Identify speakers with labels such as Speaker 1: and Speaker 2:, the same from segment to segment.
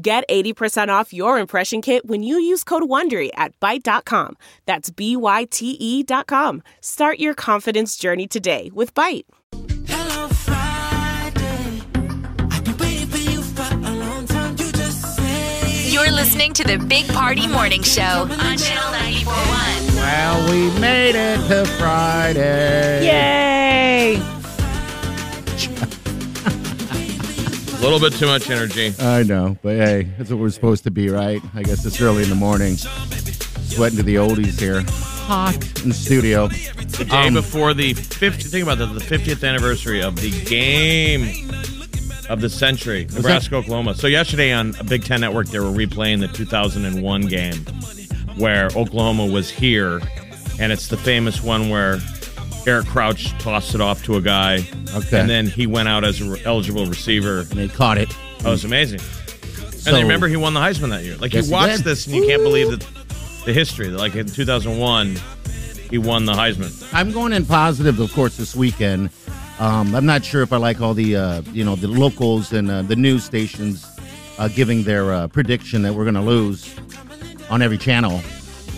Speaker 1: Get 80% off your impression kit when you use code WONDERY at Byte.com. That's B-Y-T-E E dot com. Start your confidence journey today with Byte.
Speaker 2: Hello Friday. I've been waiting for you for a long time. You just say
Speaker 3: You're listening to the Big Party Morning Show on Channel 941.
Speaker 4: Well, we made it to Friday.
Speaker 1: Yay!
Speaker 5: A little bit too much energy.
Speaker 4: I know, but hey, that's what we're supposed to be, right? I guess it's early in the morning. Sweating to the oldies here. Hot in the studio.
Speaker 5: The day
Speaker 4: Um,
Speaker 5: before the 50th, think about that, the 50th anniversary of the game of the century, Nebraska, Oklahoma. So yesterday on Big Ten Network, they were replaying the 2001 game where Oklahoma was here, and it's the famous one where Eric Crouch tossed it off to a guy,
Speaker 4: Okay.
Speaker 5: and then he went out as an eligible receiver.
Speaker 4: And they caught it.
Speaker 5: That was amazing.
Speaker 4: Mm. So,
Speaker 5: And they remember he won the Heisman that year. Like
Speaker 4: Yes, he
Speaker 5: you watch
Speaker 4: did.
Speaker 5: this and you can't believe that the history. That like in 2001, he won the Heisman.
Speaker 4: I'm going in positive, of course, this weekend. Um, I'm not sure if I like all the, uh, you know, the locals and uh, the news stations uh, giving their uh, prediction that we're going to lose on every channel.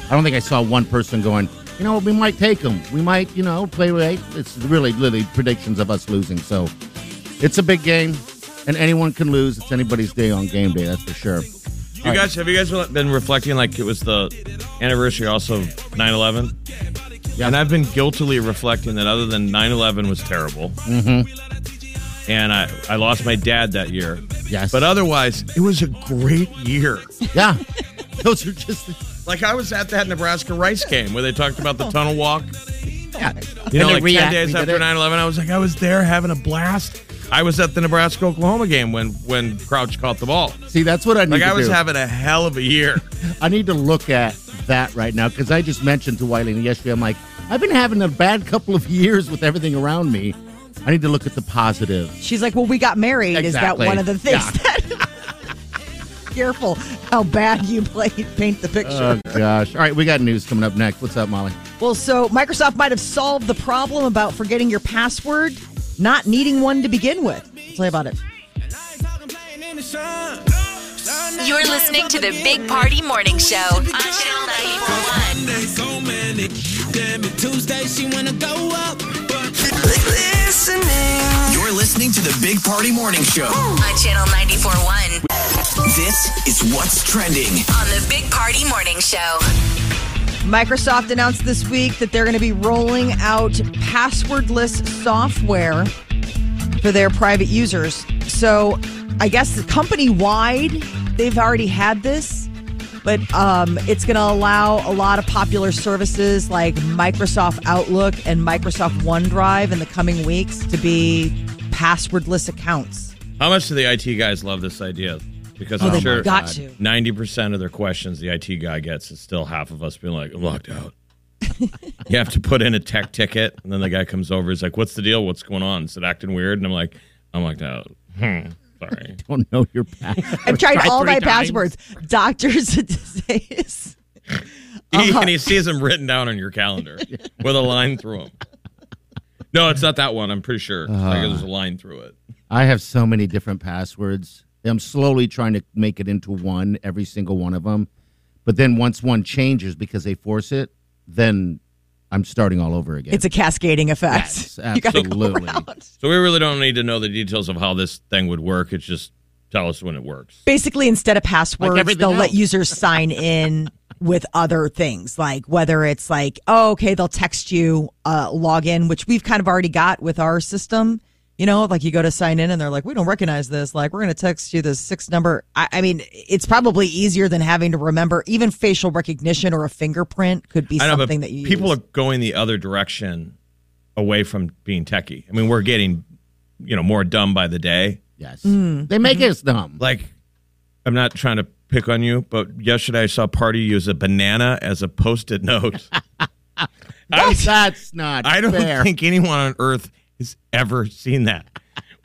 Speaker 4: I don't think I saw one person going, you know, we might take them. We might, you know, play right. It's really, really predictions of us losing. So it's a big game, and anyone can lose. It's anybody's day on game day, that's for sure.
Speaker 5: You guys, have you guys been reflecting like it was the anniversary also of 9/11?
Speaker 4: Yeah.
Speaker 5: And I've been guiltily reflecting that other than 9/11 was terrible. Mm-hmm. And I I lost my dad that year.
Speaker 4: Mm-hmm. Yes.
Speaker 5: But otherwise, it was a great year.
Speaker 4: Yeah. Those are just
Speaker 5: like I was at that Nebraska Rice game where they talked about the tunnel walk. You
Speaker 4: yeah.
Speaker 5: know,
Speaker 4: Oh. And they
Speaker 5: like 10
Speaker 4: react.
Speaker 5: days
Speaker 4: We did
Speaker 5: after
Speaker 4: it.
Speaker 5: 9 11, I was like, I was there having a blast. I was at the Nebraska Oklahoma game when, when Crouch caught the ball.
Speaker 4: See, that's what I need
Speaker 5: Like,
Speaker 4: to
Speaker 5: I was
Speaker 4: do.
Speaker 5: having a hell of a year.
Speaker 4: I need to look at that right now because I just mentioned to Wiley yesterday. I'm like, I've been having a bad couple of years with everything around me. I need to look at the positive.
Speaker 6: She's like, well, we got married. Is that
Speaker 4: Exactly.
Speaker 6: one of the things?
Speaker 4: Yeah.
Speaker 6: That- Careful how bad you play, paint the picture.
Speaker 4: Oh gosh! All right, we got news coming up next. What's up, Molly?
Speaker 6: well, so Microsoft might have solved the problem about forgetting your password, not needing one to begin with. I'll tell you about it.
Speaker 3: You're listening to the Big Party Morning Show on Channel 941.
Speaker 2: There's so many. Damn it, Tuesday she wanna go up. But listening.
Speaker 7: You're listening to the Big Party Morning Show.
Speaker 3: On Channel 941
Speaker 7: This is what's trending.
Speaker 3: on the Big Party Morning Show.
Speaker 6: Microsoft announced this week that they're going to be rolling out passwordless software for their private users. So, I guess company wide, they've already had this, but um, it's going to allow a lot of popular services like Microsoft Outlook and Microsoft OneDrive in the coming weeks to be passwordless accounts.
Speaker 5: How much do the IT guys love this idea? Because
Speaker 6: they
Speaker 5: I'm sure
Speaker 6: got to.
Speaker 5: 90% of their questions the IT guy gets is still half of us being like, I'm locked out. you have to put in a tech ticket. And then the guy comes over. He's like, What's the deal? What's going on? Is it acting weird? And I'm like, I'm locked out. Hmm. Sorry.
Speaker 4: Don't know your password.
Speaker 6: I've tried
Speaker 4: Try
Speaker 6: all
Speaker 4: three
Speaker 6: my
Speaker 4: times.
Speaker 6: passwords. Doctors says.
Speaker 5: He, and he sees them written down on your calendar with a line through them. No, it's not that one. I'm pretty sure. Like, there's a line through it.
Speaker 4: I have so many different passwords. I'm slowly trying to make it into one, every single one of them. But then once one changes because they force it, then I'm starting all over again.
Speaker 6: It's a cascading effect.
Speaker 4: Yes,
Speaker 6: you got to go
Speaker 4: absolutely.
Speaker 6: around.
Speaker 5: So we really don't need to know the details of how this thing would work. It's just tell us when it works.
Speaker 6: basically instead of passwords
Speaker 4: everything
Speaker 6: they'll let
Speaker 4: else.
Speaker 6: users sign in with other things like whether it's like oh okay they'll text you uh, login which we've kind of already got with our system you know like you go to sign in and they're like we don't recognize this like we're going to text you this six number I, I mean it's probably easier than having to remember even facial recognition or a fingerprint could be
Speaker 5: I know, but
Speaker 6: something that you
Speaker 5: people
Speaker 6: use.
Speaker 5: are going the other direction away from being techie. I mean, we're getting, you know, more dumb by the day.
Speaker 6: Mm-hmm.
Speaker 4: yes. They make us dumb.
Speaker 5: Like, I'm not trying to pick on you, but yesterday I saw Party use a banana as a post-it note. I,
Speaker 4: That's not
Speaker 5: I don't
Speaker 4: fair.
Speaker 5: think anyone on earth has ever seen that.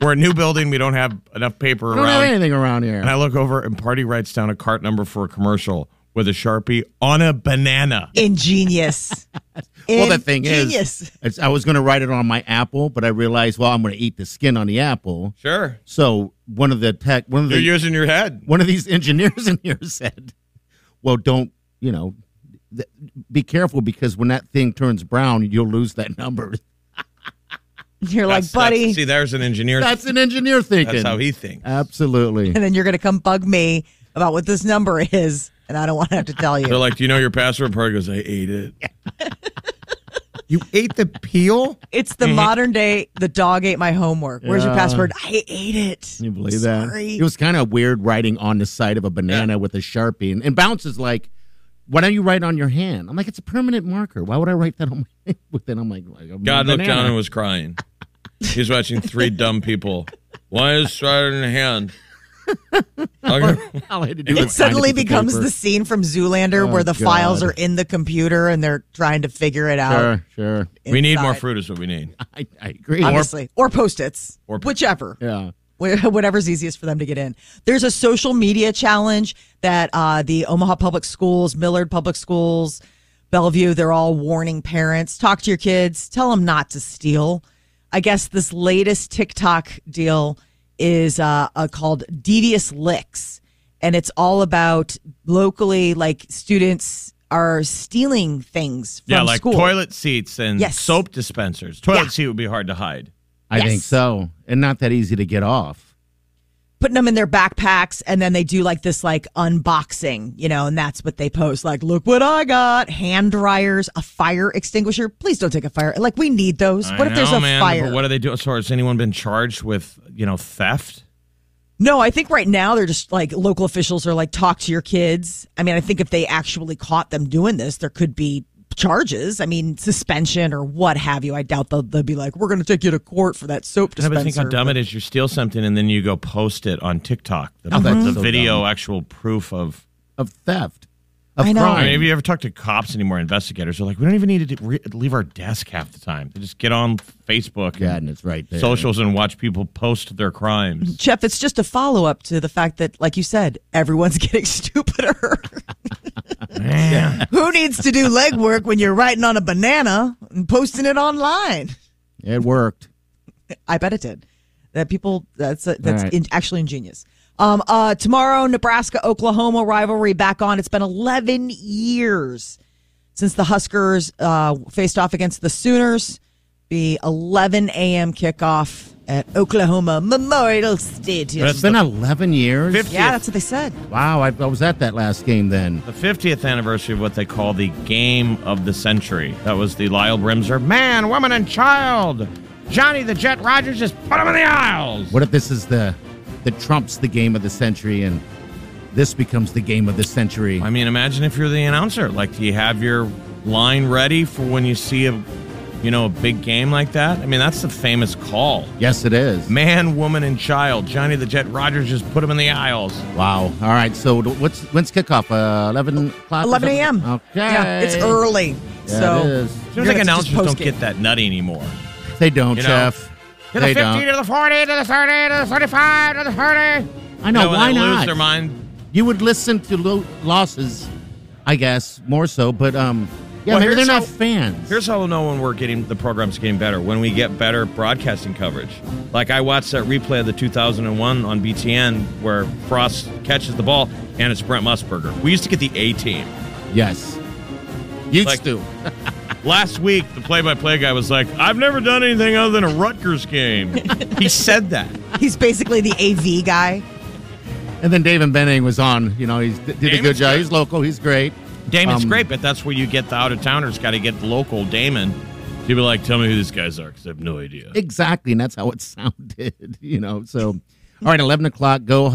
Speaker 5: We're a new building. We don't have enough paper
Speaker 4: we don't have
Speaker 5: around.
Speaker 4: anything around here.
Speaker 5: And I look over, and Party writes down a cart number for a commercial with a sharpie on a banana.
Speaker 6: Ingenious.
Speaker 4: well, the thing
Speaker 6: Ingenious.
Speaker 4: is, it's, I was going to write it on my apple, but I realized, well, I'm going to eat the skin on the apple.
Speaker 5: Sure,
Speaker 4: So one of the tech, one of
Speaker 5: you're
Speaker 4: the
Speaker 5: using your head.
Speaker 4: one of these engineers in here said, "Well, don't you know? Th- be careful because when that thing turns brown, you'll lose that number."
Speaker 6: You're
Speaker 5: That's-
Speaker 6: like, buddy. Uh,
Speaker 5: that's- see, there's an engineer.
Speaker 4: That's an engineer thinking.
Speaker 5: That's how he thinks.
Speaker 4: Absolutely.
Speaker 6: and then you're going to come bug me about what this number is, and I don't want to have to tell
Speaker 5: They're
Speaker 6: you.
Speaker 5: like, do you know your password? Party goes, I ate it. you ate the peel?
Speaker 6: It's the modern day. The dog ate my homework. Where's your
Speaker 4: Mm-hmm. Yeah.
Speaker 6: password? I ate it.
Speaker 4: Can you believe
Speaker 6: Sorry.
Speaker 4: that? It was kind of weird writing on the side of a banana with a sharpie, and, and bounce is like, "Why don't you write on your hand?" I'm like, "It's a permanent marker. Why would I write that on my?" but then I'm like, like a
Speaker 5: God looked down
Speaker 4: banana.
Speaker 5: and was crying. He's watching three dumb people. One is right in the hand. Okay.
Speaker 4: All I had to
Speaker 6: It
Speaker 4: do was find
Speaker 6: suddenly
Speaker 4: piece of
Speaker 6: becomes
Speaker 4: paper.
Speaker 6: the scene from Zoolander
Speaker 4: Oh,
Speaker 6: where the
Speaker 4: God.
Speaker 6: files are in the computer and they're trying to figure it out.
Speaker 4: Sure, sure.
Speaker 5: We need more
Speaker 6: inside.
Speaker 5: fruit is what we need.
Speaker 4: I, I agree.
Speaker 6: Obviously, or post-its,
Speaker 5: Or-
Speaker 6: whichever.
Speaker 4: yeah.
Speaker 6: Wh- whatever's easiest for them to get in. There's a social media challenge that uh, the Omaha Public Schools, Millard Public Schools, Bellevue, they're all warning parents. Talk to your kids, tell them not to steal. I guess this latest TikTok deal is uh, uh, called Devious Licks. And it's all about locally, like students are stealing things from
Speaker 5: Yeah, like
Speaker 6: school.
Speaker 5: toilet seats and
Speaker 6: Yes.
Speaker 5: soap dispensers. Toilet
Speaker 6: Yeah.
Speaker 5: seat would be hard to hide.
Speaker 4: I
Speaker 6: Yes.
Speaker 4: think so, and not that easy to get off.
Speaker 6: putting them in their backpacks and then they do like this like unboxing you know and that's what they post like look what i got hand dryers a fire extinguisher please don't take a fire like we need those
Speaker 5: I
Speaker 6: what if there's
Speaker 5: know,
Speaker 6: a
Speaker 5: man,
Speaker 6: fire
Speaker 5: But what are they doing? So has anyone been charged with, you know, theft?
Speaker 6: no i think right now they're just like local officials are like talk to your kids i mean i think if they actually caught them doing this there could be charges i mean suspension or what have you i doubt they'll, they'll be like we're going to take you to court for that soap
Speaker 5: Yeah,
Speaker 6: dispenser
Speaker 5: but think how dumb it is. You steal something and then you go post it on TikTok. The,
Speaker 4: that's
Speaker 5: the
Speaker 4: so
Speaker 5: video,
Speaker 4: dumb.
Speaker 5: actual proof of.
Speaker 4: Of theft, of
Speaker 6: I know.
Speaker 5: I
Speaker 4: crime.
Speaker 5: mean, have you ever talked to cops anymore? Investigators are like, we don't even need to do- re- leave our desk half the time. They just get on Facebook
Speaker 4: God,
Speaker 5: and
Speaker 4: and it's right there.
Speaker 5: socials and watch people post their crimes.
Speaker 6: Jeff, it's just a follow up to the fact that, like you said, everyone's getting stupider. Who needs to do legwork when you're writing on a banana and posting it online?
Speaker 4: It worked.
Speaker 6: I bet it did. That people that's uh, that's
Speaker 4: right.
Speaker 6: in, actually ingenious. Um, uh, tomorrow, Nebraska Oklahoma rivalry back on. It's been 11 years since the Huskers uh, faced off against the Sooners. Be 11 a.m. kickoff at Oklahoma Memorial Stadium.
Speaker 4: It's been 11 years.
Speaker 5: 50th,
Speaker 6: yeah, that's what they said.
Speaker 4: Wow, I, I was at that last game then.
Speaker 5: the 50th anniversary of what they call the game of the century. That was the Lyle Brimser man, woman, and child. Johnny the Jet Rogers just put him in the aisles.
Speaker 4: What if this is the the Trump's the game of the century and this becomes the game of the century?
Speaker 5: I mean, imagine if you're the announcer. Like, do you have your line ready for when you see a, you know, a big game like that? I mean, that's the famous call.
Speaker 4: Yes, it is.
Speaker 5: Man, woman, and child. Johnny the Jet Rogers just put him in the aisles.
Speaker 4: Wow. All right. So th- what's when's kickoff? Uh, 11 o'clock. or
Speaker 6: 11
Speaker 4: something?
Speaker 6: a.m.
Speaker 4: Okay.
Speaker 6: Yeah, it's early.
Speaker 4: Yeah,
Speaker 6: so
Speaker 4: it is.
Speaker 5: I
Speaker 6: You're
Speaker 5: think
Speaker 6: gonna have to
Speaker 5: announcers
Speaker 6: just
Speaker 5: don't
Speaker 6: post it.
Speaker 5: get that nutty anymore.
Speaker 4: They don't,
Speaker 5: You know,
Speaker 4: Jeff.
Speaker 5: To the
Speaker 4: they
Speaker 5: 50,
Speaker 4: don't.
Speaker 5: to the 40, to the 30, to the 35, to the 30.
Speaker 4: I know.
Speaker 5: You when
Speaker 4: why
Speaker 5: they
Speaker 4: not?
Speaker 5: lose their mind.
Speaker 4: You would listen to lo- losses, I guess, more so. But um, yeah,
Speaker 5: Well,
Speaker 4: maybe they're
Speaker 5: here's
Speaker 4: not
Speaker 5: how-
Speaker 4: fans.
Speaker 5: Here's how we'll know when we're getting the program's getting better when we get better broadcasting coverage. Like I watched that replay of the 2001 on BTN where Frost catches the ball and it's Brent Musburger. We used to get the A team.
Speaker 4: yes. Used
Speaker 5: Like-
Speaker 4: to.
Speaker 5: Last week, the play-by-play guy was like, "I've never done anything other than a Rutgers game." he said that.
Speaker 6: he's basically the AV guy.
Speaker 4: And then David Benning was on. You know, he did a good
Speaker 5: Damon's
Speaker 4: job.
Speaker 5: good.
Speaker 4: He's local. He's great.
Speaker 5: Damon's
Speaker 4: Um,
Speaker 5: great, but that's where you get the out-of-towners. Got to get local Damon. He'd be like, "Tell me who these guys are," because I have no idea.
Speaker 4: Exactly, and that's how it sounded, you know. So, all right, eleven o'clock. Go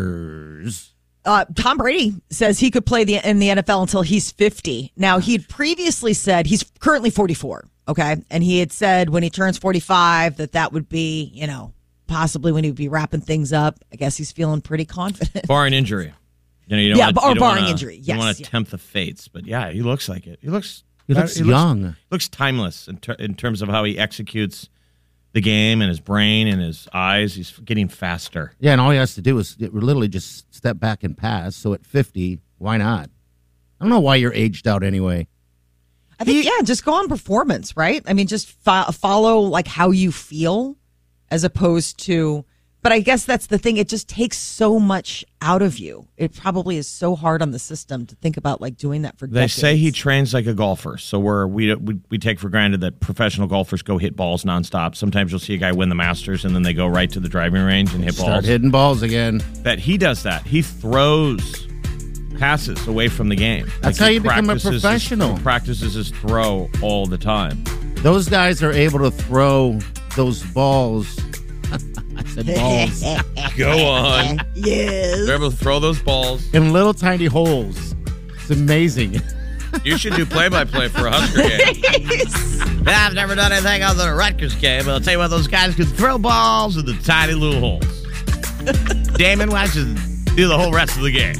Speaker 4: Huskers!
Speaker 6: Uh, Tom Brady says he could play the in the NFL until he's 50. Now he'd previously said he's currently 44. Okay, and he had said when he turns 45 that that would be you know possibly when he would be wrapping things up. I guess he's feeling pretty confident.
Speaker 5: Barring injury, You know, you don't
Speaker 6: Yeah,
Speaker 5: wanna-
Speaker 6: or
Speaker 5: you don't
Speaker 6: barring
Speaker 5: wanna-
Speaker 6: injury,
Speaker 5: You don't
Speaker 6: yes,
Speaker 5: want to
Speaker 6: yeah.
Speaker 5: tempt the fates, but yeah, he looks like it. He looks.
Speaker 4: He looks young.
Speaker 5: looks timeless in, ter- in terms of how he executes the game and his brain and his eyes. He's getting faster.
Speaker 4: Yeah, and all he has to do is literally just step back and pass. So at 50, why not? I don't know why you're aged out anyway.
Speaker 6: I think yeah, just go on performance, right? I mean, just fo- follow like how you feel, as opposed to. But I guess that's the thing. It just takes so much out of you. It probably is so hard on the system to think about like doing that for.
Speaker 5: They say he trains like a golfer, so we're, we we we take for granted that professional golfers go hit balls nonstop. Sometimes you'll see a guy win the Masters and then they go right to the driving range and hit
Speaker 4: Start
Speaker 5: balls.
Speaker 4: hitting balls again.
Speaker 5: That he does that. He throws passes away from the game.
Speaker 4: That's
Speaker 5: he
Speaker 4: how you become a
Speaker 5: practices his-
Speaker 4: professional.
Speaker 5: he practices his throw all the time.
Speaker 4: Those guys are able to throw those balls. I said balls
Speaker 5: Go on,
Speaker 6: Yes.
Speaker 5: they're able to throw those balls.
Speaker 4: in little tiny holes. It's amazing.
Speaker 5: You should do play-by-play for a Husker game. Yeah, I've never done anything other than a Rutgers game, but I'll tell you what, those guys can throw balls in the tiny little holes. Damon, why don't you do the whole rest of the game?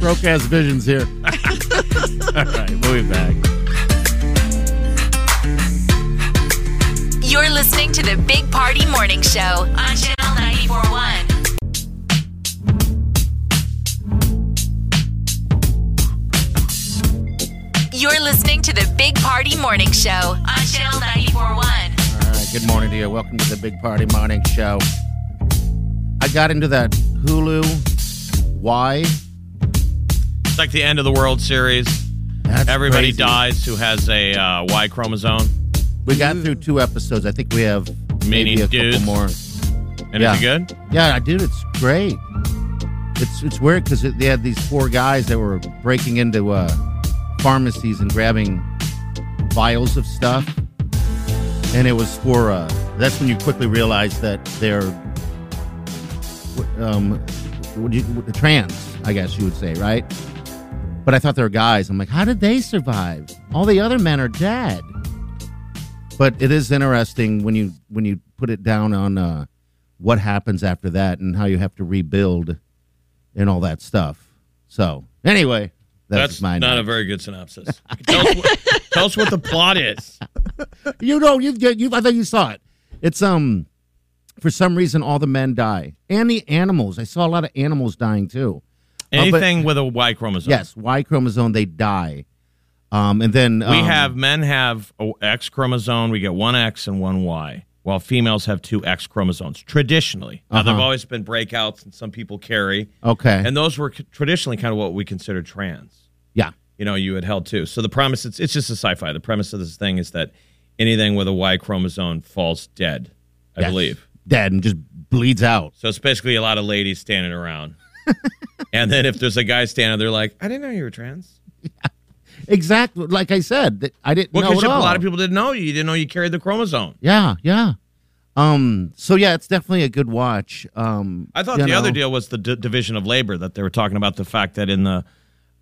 Speaker 4: Broke ass visions here.
Speaker 5: All right, we'll be back.
Speaker 3: You're listening to the Big Party Morning Show on Channel 941. You're listening to the Big Party Morning Show on Channel 941.
Speaker 4: All right, Uh, good morning to you. Welcome to the Big Party Morning Show. I got into that Hulu. Why?
Speaker 5: It's like the end of the World Series.
Speaker 4: That's
Speaker 5: Everybody
Speaker 4: crazy.
Speaker 5: dies who has a uh, Y chromosome.
Speaker 4: We got through two episodes. I think we have maybe
Speaker 5: Meaning
Speaker 4: a
Speaker 5: dudes?
Speaker 4: couple more.
Speaker 5: And
Speaker 4: Yeah.
Speaker 5: is it good?
Speaker 4: Yeah, I did. It's great. It's it's weird because they had these four guys that were breaking into uh, pharmacies and grabbing vials of stuff, and it was for. Uh, that's when you quickly realize that they're um, what do you, trans, I guess you would say, right? But I thought they were guys. I'm like, how did they survive? All the other men are dead. But it is interesting when you when you put it down on uh, what happens after that and how you have to rebuild and all that stuff. So anyway, that's, my
Speaker 5: not
Speaker 4: note.
Speaker 5: a very good synopsis. tell, us what, tell us what the plot is.
Speaker 4: Oh, you know you you I thought you saw it. It's um for some reason all the men die and the animals. I saw a lot of animals dying too. Uh, but-
Speaker 5: Anything with a Y chromosome.
Speaker 4: Yes, Y chromosome, they die. Um, and then
Speaker 5: We
Speaker 4: um,
Speaker 5: have men have a X chromosome. We get one X and one Y, while females have two X chromosomes traditionally. Now, there've always been breakouts, and some people carry,
Speaker 4: Uh-huh. okay,
Speaker 5: and those were c- traditionally kind of what we consider trans.
Speaker 4: yeah,
Speaker 5: You know, you had held two. So the premise it's it's just a sci-fi. The premise of this thing is that anything with a Y chromosome falls dead. I
Speaker 4: Yes.
Speaker 5: believe.
Speaker 4: dead and just bleeds out.
Speaker 5: So it's basically a lot of ladies standing around. and then if there's a guy standing, they're like, "I didn't know you were trans."
Speaker 4: Exactly, like I said, that I didn't
Speaker 5: Well,
Speaker 4: know
Speaker 5: because
Speaker 4: at
Speaker 5: a
Speaker 4: all.
Speaker 5: lot of people didn't know you. You didn't know you carried the chromosome.
Speaker 4: yeah, yeah. Um, so yeah, it's definitely a good watch. Um,
Speaker 5: I thought
Speaker 4: you
Speaker 5: the other
Speaker 4: know.
Speaker 5: deal was the d- division of labor that they were talking about the fact that in the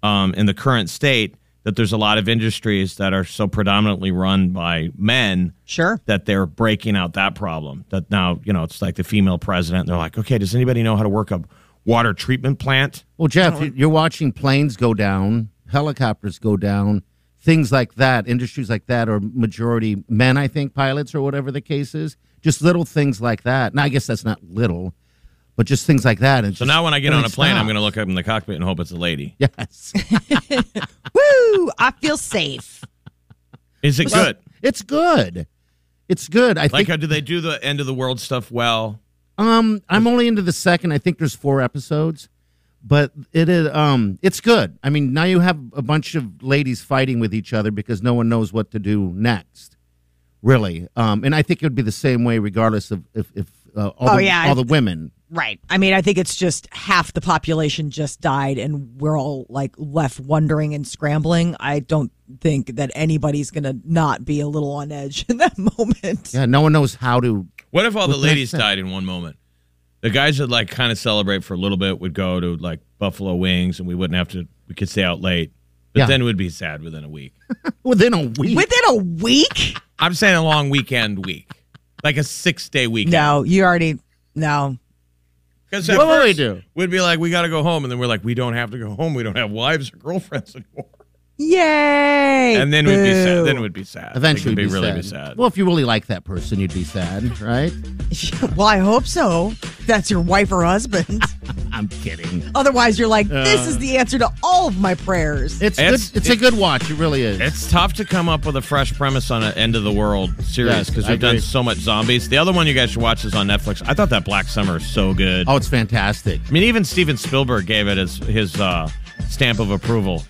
Speaker 5: um, in the current state that there's a lot of industries that are so predominantly run by men
Speaker 6: Sure.
Speaker 5: that they're breaking out that problem that now you know it's like the female president they're like okay does anybody know how to work a water treatment plant
Speaker 4: Well, Jeff, you- you're watching planes go down, helicopters go down, things like that. Industries like that are majority men, I think, pilots or whatever the case is. Just little things like that. Now, I guess that's not little, but just things like that. And
Speaker 5: so now when I get on a plane I'm going to look up in the cockpit and hope it's a lady
Speaker 4: Yes.
Speaker 6: Woo! I feel safe.
Speaker 5: is it good
Speaker 4: It's good. It's good. I
Speaker 5: like
Speaker 4: think
Speaker 5: how do they do the end of the world stuff well
Speaker 4: um I'm only into the second. I think there's four episodes, but it is um it's good. I mean, now you have a bunch of ladies fighting with each other because no one knows what to do next. Really. Um and I think it would be the same way regardless of if if uh, all,
Speaker 6: Oh,
Speaker 4: the,
Speaker 6: yeah.
Speaker 4: all the women.
Speaker 6: Right. I mean, I think it's just half the population just died and we're all like left wondering and scrambling. I don't think that anybody's going to not be a little on edge in that moment.
Speaker 4: Yeah, no one knows how to
Speaker 5: What if all the
Speaker 4: With that
Speaker 5: ladies
Speaker 4: said-
Speaker 5: died in one moment? The guys would like kind of celebrate for a little bit, would go to like Buffalo Wings, and we wouldn't have to, we could stay out late. But
Speaker 4: Yeah.
Speaker 5: then we'd be sad within a week.
Speaker 4: within a week.
Speaker 6: Within a week?
Speaker 5: I'm saying a long weekend week, like a six day weekend.
Speaker 6: No, you already, no.
Speaker 5: Because at
Speaker 4: What would we
Speaker 5: first,
Speaker 4: do?
Speaker 5: We'd be like, we got to go home, and then we're like, we don't have to go home. We don't have wives or girlfriends anymore.
Speaker 6: Yay!
Speaker 5: And then we'd be sad.
Speaker 6: Boo.
Speaker 5: Then we'd be sad.
Speaker 4: Eventually,
Speaker 5: It could
Speaker 4: be
Speaker 5: be really be
Speaker 4: sad.
Speaker 5: sad.
Speaker 4: Well, if you really like that person, you'd be sad, right?
Speaker 6: well, I hope so. That's your wife or husband.
Speaker 4: I'm kidding.
Speaker 6: Otherwise, you're like, this is the answer to all of my prayers.
Speaker 4: It's
Speaker 5: It's-
Speaker 4: good, it's a good watch. It really is.
Speaker 5: It's tough to come up with a fresh premise on an end of the world series
Speaker 4: Yes,
Speaker 5: because
Speaker 4: I
Speaker 5: we've done
Speaker 4: agree.
Speaker 5: so much zombies. The other one you guys should watch is on Netflix. I thought that Black Summer is so good.
Speaker 4: oh, it's fantastic.
Speaker 5: I mean, even Steven Spielberg gave it his his uh, stamp of approval.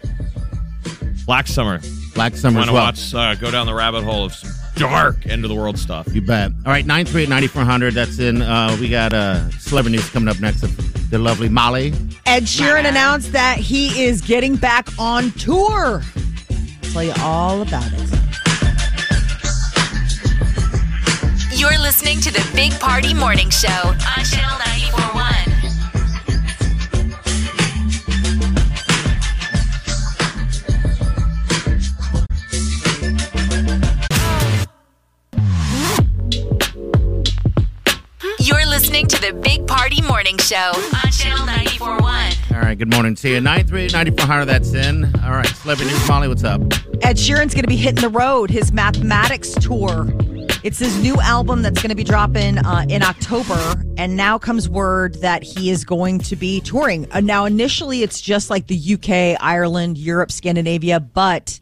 Speaker 5: Black Summer.
Speaker 4: Black Summer
Speaker 5: Want
Speaker 4: as
Speaker 5: to
Speaker 4: well.
Speaker 5: watch? Uh, go down the rabbit hole of some dark end of the world stuff.
Speaker 4: You bet. All right, 938-9400. That's in. Uh, we got uh, celebrity news coming up next. The lovely Molly.
Speaker 6: Ed Sheeran announced that he is getting back on tour. I'll tell you all about it.
Speaker 3: You're listening to the Big Party Morning Show on Channel 941. You're listening to the Big Party Morning Show on Channel 941.
Speaker 4: All right, good morning to you. 938-9400. That's in. All right, celebrity news. Molly, what's up?
Speaker 6: Ed Sheeran's going to be hitting the road, his mathematics tour. It's his new album that's going to be dropping uh, in October. And now comes word that he is going to be touring. Uh, now, initially, it's just like the UK, Ireland, Europe, Scandinavia, but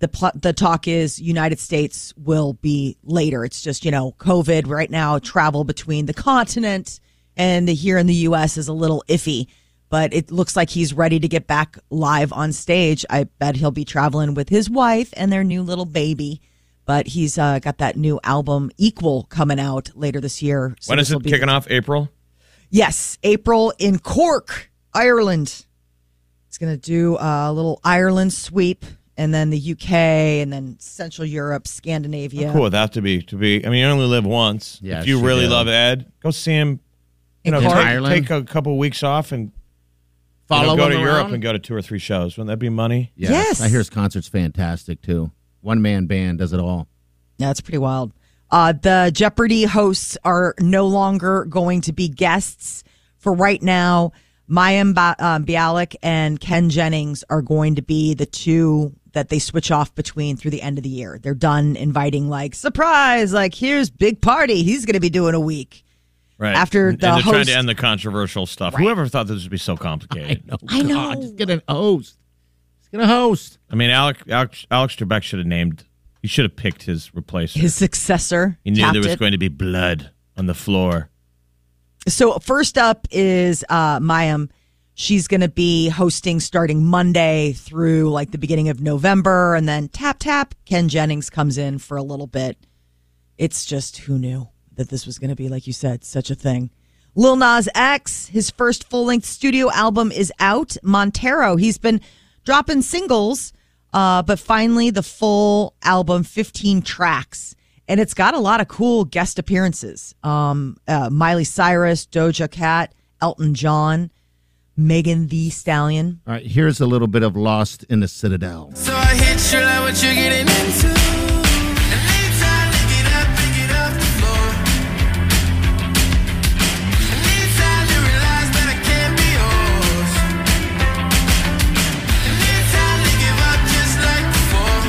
Speaker 6: the, pl- the talk is United States will be later. It's just, you know, COVID right now, travel between the continent and the, here in the US is a little iffy, but it looks like he's ready to get back live on stage. I bet he'll be traveling with his wife and their new little baby. But he's uh, got that new album Equal coming out later this year. So
Speaker 5: When is
Speaker 6: this will
Speaker 5: it
Speaker 6: be-
Speaker 5: kicking off? April.
Speaker 6: Yes, April in Cork, Ireland. It's going to do a little Ireland sweep and then the UK and then Central Europe, Scandinavia.
Speaker 5: Oh, Cool with that to be to be. I mean, you only live once.
Speaker 4: Yes,
Speaker 5: if you
Speaker 4: you
Speaker 5: really
Speaker 4: do.
Speaker 5: love Ed, go see him. You know,
Speaker 6: In
Speaker 5: take,
Speaker 6: Cork.
Speaker 4: Ireland?
Speaker 5: take a couple weeks off and you know,
Speaker 4: Follow
Speaker 5: go
Speaker 4: him
Speaker 5: to Europe
Speaker 4: around?
Speaker 5: and go to two or three shows. Wouldn't that be money?
Speaker 6: Yes.
Speaker 4: I hear his concert's fantastic too. One man band does it all.
Speaker 6: Yeah, it's pretty wild. Uh, the Jeopardy hosts are no longer going to be guests for right now. Mayim ba- um, Bialik and Ken Jennings are going to be the two that they switch off between through the end of the year. They're done inviting like surprise, like here's big party. He's going to be doing a week.
Speaker 5: Right.
Speaker 6: After
Speaker 5: and
Speaker 6: the
Speaker 5: they're trying
Speaker 6: host-
Speaker 5: to end the controversial stuff. Whoever thought this would be so complicated? I,
Speaker 6: I know.
Speaker 4: God, just get a host. Just get a host.
Speaker 5: mean, Alec, Alex Alex Trebek should have named. He should have picked his replacement.
Speaker 6: His successor.
Speaker 5: he knew
Speaker 6: tapped
Speaker 5: there was
Speaker 6: it.
Speaker 5: going to be blood on the floor.
Speaker 6: So first up is uh Mayim. She's going to be hosting starting Monday through like the beginning of November and then tap tap Ken Jennings comes in for a little bit. It's just who knew that this was going to be like you said such a thing. Lil Nas X, his first full-length studio album is out. Montero, he's been dropping singles uh but finally the full album 15 tracks and it's got a lot of cool guest appearances. Um, uh, Miley Cyrus, Doja Cat, Elton John, Megan the Stallion.
Speaker 4: All right, here's a little bit of Lost in the Citadel.
Speaker 2: So I hit you like what you're getting into. And they try to lick it up, pick it off the floor. And they try to realize that I can't be yours. And they try to give up just like before.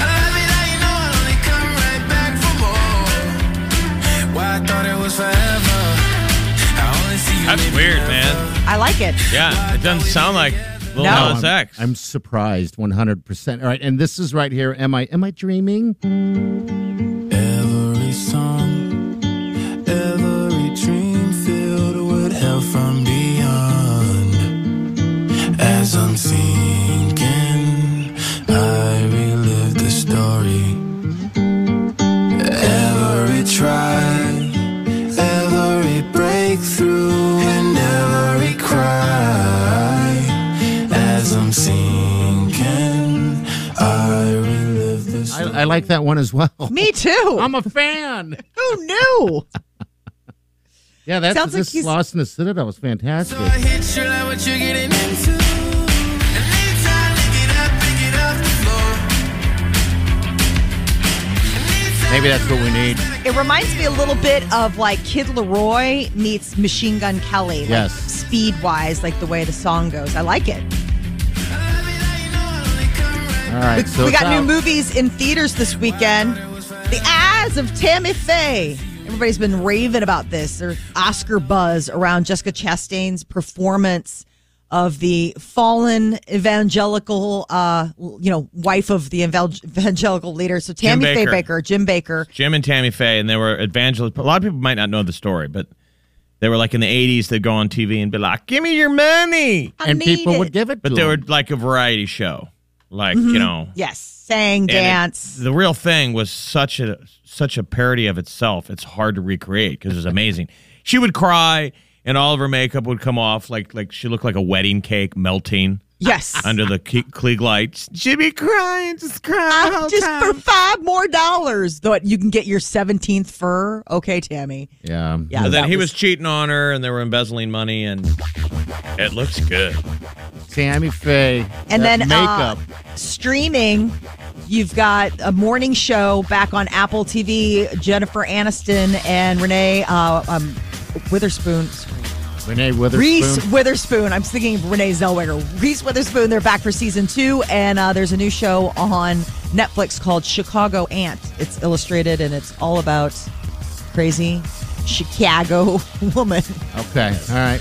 Speaker 2: I love it how you know I only come right back for more. Why I thought it was forever. I only see you
Speaker 5: That's
Speaker 2: living
Speaker 5: weird,
Speaker 2: now.
Speaker 5: man.
Speaker 6: I like it.
Speaker 5: Yeah, it doesn't sound like Lil
Speaker 6: No.
Speaker 5: Nas
Speaker 4: I'm,
Speaker 5: Oh, X.
Speaker 4: um, I'm surprised 100%. All right, and this is right here. Am I am I dreaming?
Speaker 2: Every song, every dream filled with help from beyond. As I'm sinking, I relive the story. Every try, every breakthrough, and every cry. As I'm sinking, I relive the story.
Speaker 4: I, I like that one as well.
Speaker 6: Me too.
Speaker 4: I'm a fan.
Speaker 6: Who knew?
Speaker 4: Yeah, that's
Speaker 6: Sounds like
Speaker 4: this
Speaker 6: he's-
Speaker 4: Lost in the Citadel was
Speaker 2: So
Speaker 4: fantastic.
Speaker 2: I hit you like what you're getting into. And they try to lick it up, pick it off the floor. And they try
Speaker 4: Maybe that's what we need.
Speaker 6: It reminds me a little bit of like Kid Leroy meets Machine Gun Kelly. Like
Speaker 4: Yes.
Speaker 6: Speed wise, like the way the song goes. I like it.
Speaker 4: All right, so
Speaker 6: we
Speaker 4: it's
Speaker 6: got new
Speaker 4: out.
Speaker 6: movies in theaters this weekend. The Eyes of Tammy Faye. Everybody's been raving about this. There's Oscar buzz around Jessica Chastain's performance of the fallen evangelical, uh, you know, wife of the evangel- evangelical leader. So Tammy Faye
Speaker 5: Baker.
Speaker 6: Baker, Jim Baker.
Speaker 5: Jim and Tammy Faye, and they were evangelists. A lot of people might not know the story, but they were like in the 80s, they'd go on TV and be like, give me your money.
Speaker 6: I
Speaker 4: and
Speaker 6: need
Speaker 4: people
Speaker 6: it.
Speaker 4: would give it.
Speaker 5: But
Speaker 4: to
Speaker 5: they were
Speaker 4: them.
Speaker 5: like a variety show. Like,
Speaker 6: Mm-hmm.
Speaker 5: you know.
Speaker 6: Yes, sang,
Speaker 5: and it-
Speaker 6: dance.
Speaker 5: the real thing was such a such a parody of itself. It's hard to recreate because it was amazing. she would cry, and all of her makeup would come off like like she looked like a wedding cake melting
Speaker 6: yes.
Speaker 5: under the ke- Klieg lights. She'd be crying, just crying. the whole
Speaker 6: just
Speaker 5: time.
Speaker 6: for five more dollars, though you can get your seventeenth fur. Okay, Tammy.
Speaker 4: yeah,
Speaker 6: Yeah.
Speaker 5: And then
Speaker 6: that
Speaker 5: he was cheating on her, and they were embezzling money, and it looks good.
Speaker 4: Tammy Faye.
Speaker 6: and
Speaker 4: that
Speaker 6: then uh,
Speaker 4: makeup.
Speaker 6: streaming. You've got a morning show back on Apple TV. Jennifer Aniston and Renee uh, um, Witherspoon.
Speaker 4: Renee Witherspoon.
Speaker 6: Reese Witherspoon. I'm thinking of Renee Zellweger. Reese Witherspoon. They're back for season two, and uh, there's a new show on Netflix called Chicago Ant. It's illustrated, and it's all about crazy Chicago woman.
Speaker 4: Okay, all right.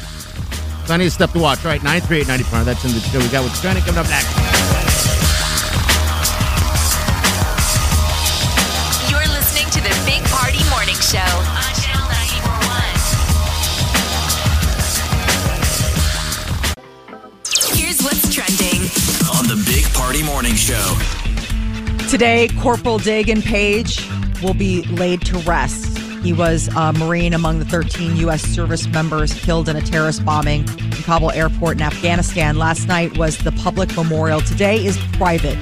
Speaker 4: Plenty of stuff to watch. All right, 938 That's in the show. We got what's trending coming up next.
Speaker 3: You're listening to the Big Party Morning Show on Channel 941. Here's what's trending.
Speaker 7: on the Big Party Morning Show.
Speaker 6: Today, Corporal Dagan Page will be laid to rest. He was a Marine among the 13 U.S. service members killed in a terrorist bombing in Kabul airport in Afghanistan. Last night was the public memorial. Today is private,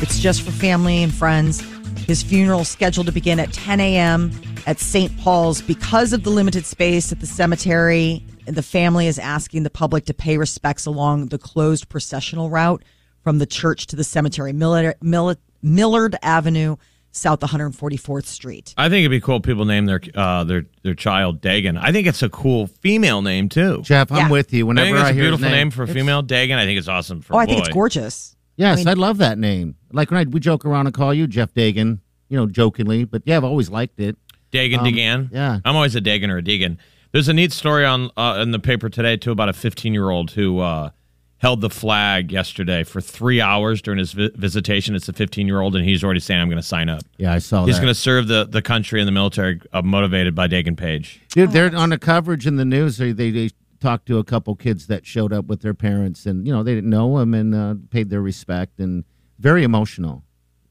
Speaker 6: it's just for family and friends. His funeral is scheduled to begin at 10 a.m. at St. Paul's. Because of the limited space at the cemetery, the family is asking the public to pay respects along the closed processional route from the church to the cemetery, Millard, Millard, Millard Avenue, South 144th Street.
Speaker 5: I think it'd be cool. if People name their uh, their their child Dagon. I think it's a cool female name too.
Speaker 4: Jeff, I'm
Speaker 6: Yeah.
Speaker 4: with you.
Speaker 5: I
Speaker 4: Whenever
Speaker 5: think
Speaker 4: I,
Speaker 5: it's a
Speaker 4: hear his
Speaker 5: beautiful name. for a
Speaker 4: It's-
Speaker 5: female Dagon. I think it's awesome for
Speaker 6: Oh,
Speaker 5: a
Speaker 6: I think it's
Speaker 5: boy.
Speaker 6: gorgeous.
Speaker 4: Yes, I,
Speaker 6: I mean-
Speaker 4: love that name. Like when I, we joke around and call you Jeff Dagan, you know, jokingly, but yeah, I've always liked it.
Speaker 5: Dagan
Speaker 4: Um,
Speaker 5: Degan.
Speaker 4: yeah.
Speaker 5: I'm always a Dagan or a Degan. There's a neat story on uh, in the paper today too about a 15 year old who uh, held the flag yesterday for three hours during his vi- visitation. It's a 15 year old, and he's already saying, "I'm going to sign up."
Speaker 4: Yeah, I saw
Speaker 5: He's
Speaker 4: that.
Speaker 5: going to serve the, the country and the military, uh, motivated by Dagan Page.
Speaker 4: Dude, they're on the coverage in the news. They, they, they talked to a couple kids that showed up with their parents, and you know they didn't know him and uh, paid their respect, and very emotional,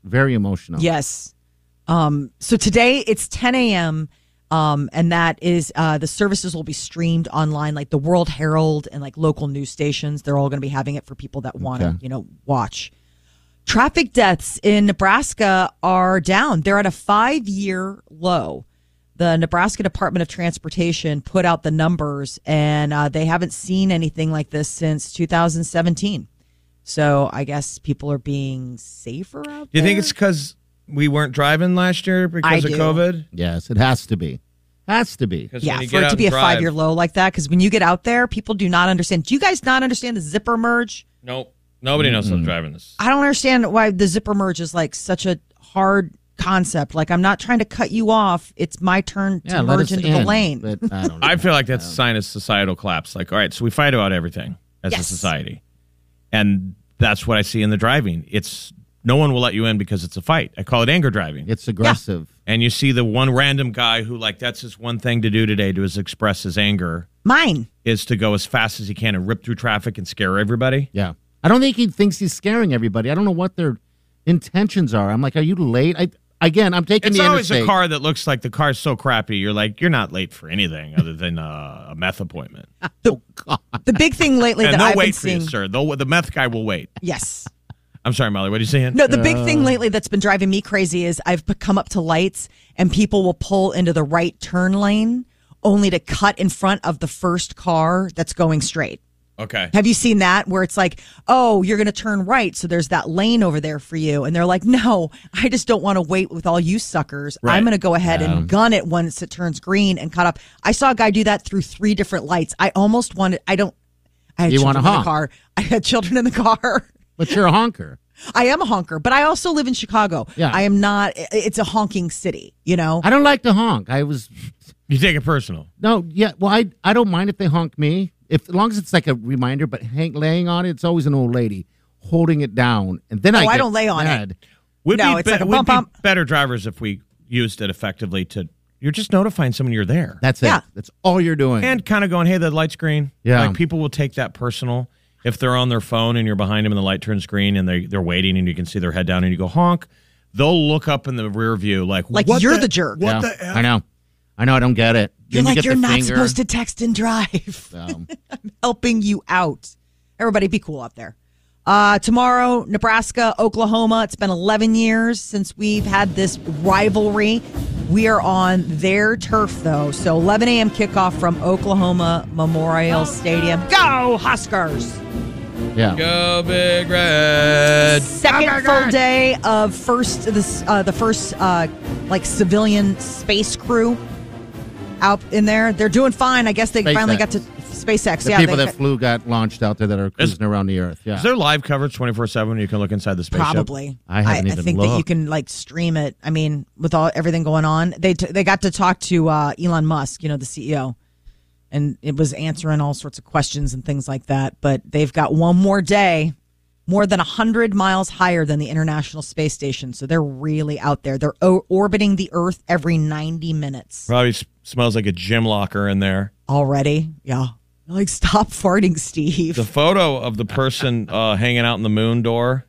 Speaker 4: very emotional.
Speaker 6: Yes. Um, so today it's 10 a.m. Um, and that is uh, the services will be streamed online, like the World Herald and like local news stations. They're all going to be having it for people that want to, you know, watch. Traffic deaths in Nebraska are down. They're at a five year low. The Nebraska Department of Transportation put out the numbers, and uh, they haven't seen anything like this since 2017. So I guess people are being safer out
Speaker 5: Do you
Speaker 6: there.
Speaker 5: think it's because we weren't driving last year because
Speaker 6: I
Speaker 5: of
Speaker 6: do.
Speaker 5: COVID?
Speaker 4: Yes, it has to be, has to be.
Speaker 5: 'Cause
Speaker 6: Yeah,
Speaker 5: when you
Speaker 6: for
Speaker 5: get
Speaker 6: it
Speaker 5: out
Speaker 6: to be a
Speaker 5: and drive-
Speaker 6: five year low like that, because when you get out there, people do not understand. Do you guys not understand the zipper merge?
Speaker 5: Nope. Nobody knows I'm driving this.
Speaker 6: I don't understand why the zipper merge is like such a hard concept. Like, I'm not trying to cut you off. It's my turn to
Speaker 4: Yeah, let
Speaker 6: merge
Speaker 4: us
Speaker 6: into the
Speaker 4: in,
Speaker 6: lane.
Speaker 4: But I don't know.
Speaker 5: I feel like that's
Speaker 6: Um,
Speaker 5: a sign of societal collapse. Like, all right, so we fight about everything as a
Speaker 6: Yes.
Speaker 5: society. And that's what I see in the driving. It's no one will let you in because it's a fight. I call it anger driving.
Speaker 4: it's aggressive.
Speaker 5: and you see the one random guy who, like, that's his one thing to do today to is express his anger
Speaker 6: Mine.
Speaker 5: is to go as fast as he can and rip through traffic and scare everybody.
Speaker 4: Yeah. I don't think he thinks he's scaring everybody. I don't know what their intentions are. I'm like, are you late? I again, I'm taking
Speaker 5: It's
Speaker 4: the
Speaker 5: always
Speaker 4: interstate.
Speaker 5: a car that looks like the car's so crappy. You're like, you're not late for anything other than uh, a meth appointment.
Speaker 4: Oh, God.
Speaker 6: The big thing lately
Speaker 5: And
Speaker 6: that
Speaker 5: they'll
Speaker 6: I've been
Speaker 5: wait for
Speaker 6: seeing.
Speaker 5: you, sir. They'll, the meth guy will wait.
Speaker 6: Yes.
Speaker 5: I'm sorry, Molly. What are you saying?
Speaker 6: No, the big
Speaker 5: Uh.
Speaker 6: thing lately that's been driving me crazy is I've p- come up to lights and people will pull into the right turn lane only to cut in front of the first car that's going straight.
Speaker 5: Okay.
Speaker 6: Have you seen that where it's like, oh, you're going to turn right, so there's that lane over there for you, and they're like, no, I just don't want to wait with all you suckers.
Speaker 5: Right.
Speaker 6: I'm going to go ahead and gun it once it turns green and cut up. I saw a guy do that through three different lights. I almost wanted. I don't. I had
Speaker 4: You want
Speaker 6: children
Speaker 4: a
Speaker 6: in the
Speaker 4: honk.
Speaker 6: car. I had children in the car.
Speaker 4: But you're a honker.
Speaker 6: I am a honker, but I also live in Chicago.
Speaker 4: Yeah.
Speaker 6: I am not. i- It's a honking city, you know.
Speaker 4: I don't like to honk. I was
Speaker 5: You take it personal.
Speaker 4: no, yeah. Well, I I don't mind if they honk me, if as long as it's like a reminder. But hang, laying on it, it's always an old lady holding it down, and then I
Speaker 6: Oh, I
Speaker 4: get
Speaker 6: don't lay on it.
Speaker 4: mad.
Speaker 5: We'd
Speaker 6: No,
Speaker 5: be,
Speaker 6: it's like a
Speaker 5: we'd
Speaker 6: bump,
Speaker 5: be
Speaker 6: bump.
Speaker 5: better drivers if we used it effectively to. You're just notifying someone you're there.
Speaker 4: That's
Speaker 6: Yeah.
Speaker 4: it. That's all you're doing.
Speaker 5: and kind of going, hey, the light's green.
Speaker 4: Yeah.
Speaker 5: Like people will take that personal. If they're on their phone and you're behind them and the light turns green and they, they're waiting and you can see their head down and you go honk, they'll look up in the rear view like,
Speaker 6: Like
Speaker 5: what
Speaker 6: you're the jerk.
Speaker 5: What
Speaker 4: Yeah,
Speaker 5: the F?
Speaker 4: I know. I know. I don't get it.
Speaker 6: You're
Speaker 4: Then you
Speaker 6: like
Speaker 4: get
Speaker 6: you're
Speaker 4: the
Speaker 6: not
Speaker 4: finger.
Speaker 6: supposed to text and drive.
Speaker 4: Um,
Speaker 6: helping you out. Everybody be cool out there. Uh, tomorrow, Nebraska, Oklahoma. It's been 11 years since we've had this rivalry. We are on their turf, though. So 11 a.m. kickoff from Oklahoma Memorial Stadium. Go Huskers!
Speaker 4: yeah.
Speaker 5: Go big red.
Speaker 6: Second full day of first this uh, the first uh, like civilian space crew out in there. They're doing fine. I guess they finally
Speaker 4: SpaceX.
Speaker 6: got to SpaceX.
Speaker 4: The
Speaker 6: yeah,
Speaker 4: people
Speaker 6: they-
Speaker 4: that flew got launched out there that are cruising around the earth. Yeah.
Speaker 5: Is there live coverage 24 7 you can look inside the spaceship?
Speaker 6: Probably.
Speaker 4: I haven't
Speaker 6: I,
Speaker 4: even
Speaker 6: think that you
Speaker 4: looked.
Speaker 6: can like stream it. I mean, with all everything going on, they t- they got to talk to uh, Elon Musk, you know, the CEO, and it was answering all sorts of questions and things like that. But they've got one more day, more than hundred miles higher than the International Space Station, so they're really out there. They're o- orbiting the Earth every ninety minutes
Speaker 5: Probably s- smells like a gym locker in there.
Speaker 6: already. Yeah, like stop farting, Steve.
Speaker 5: The photo of the person uh, hanging out in the moon door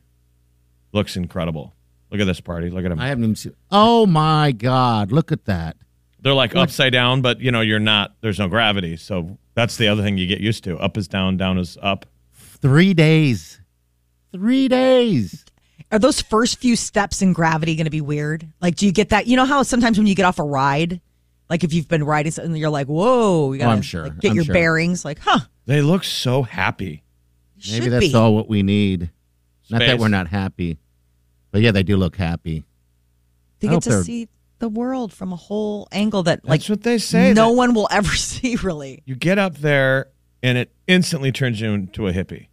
Speaker 5: looks incredible. Look at this party. Look at him.
Speaker 4: I haven't even seen. Oh my God! Look at that.
Speaker 5: They're like upside down, but you know, you're not, there's no gravity. So that's the other thing you get used to. Up is down, down is up.
Speaker 4: Three days. Three days.
Speaker 6: Are those first few steps in gravity going to be weird? Like, do you get that? You know how sometimes when you get off a ride, like if you've been riding something, you're like, "Whoa!" You gotta,
Speaker 4: Oh, I'm sure.
Speaker 6: like, get
Speaker 4: I'm
Speaker 6: your
Speaker 4: sure.
Speaker 6: bearings. Like, huh?
Speaker 5: They look so happy.
Speaker 6: you
Speaker 4: Maybe
Speaker 6: should
Speaker 4: that's
Speaker 6: be.
Speaker 4: all what we need. Not that
Speaker 5: Space.
Speaker 4: we're not happy, but yeah, they do look happy.
Speaker 6: They
Speaker 4: I
Speaker 6: get
Speaker 4: hope
Speaker 6: to
Speaker 4: they're-
Speaker 6: see the world from a whole angle that, like,
Speaker 5: That's what they say.
Speaker 6: no
Speaker 5: that
Speaker 6: one will ever see. Really,
Speaker 5: you get up there and it instantly turns you into a hippie.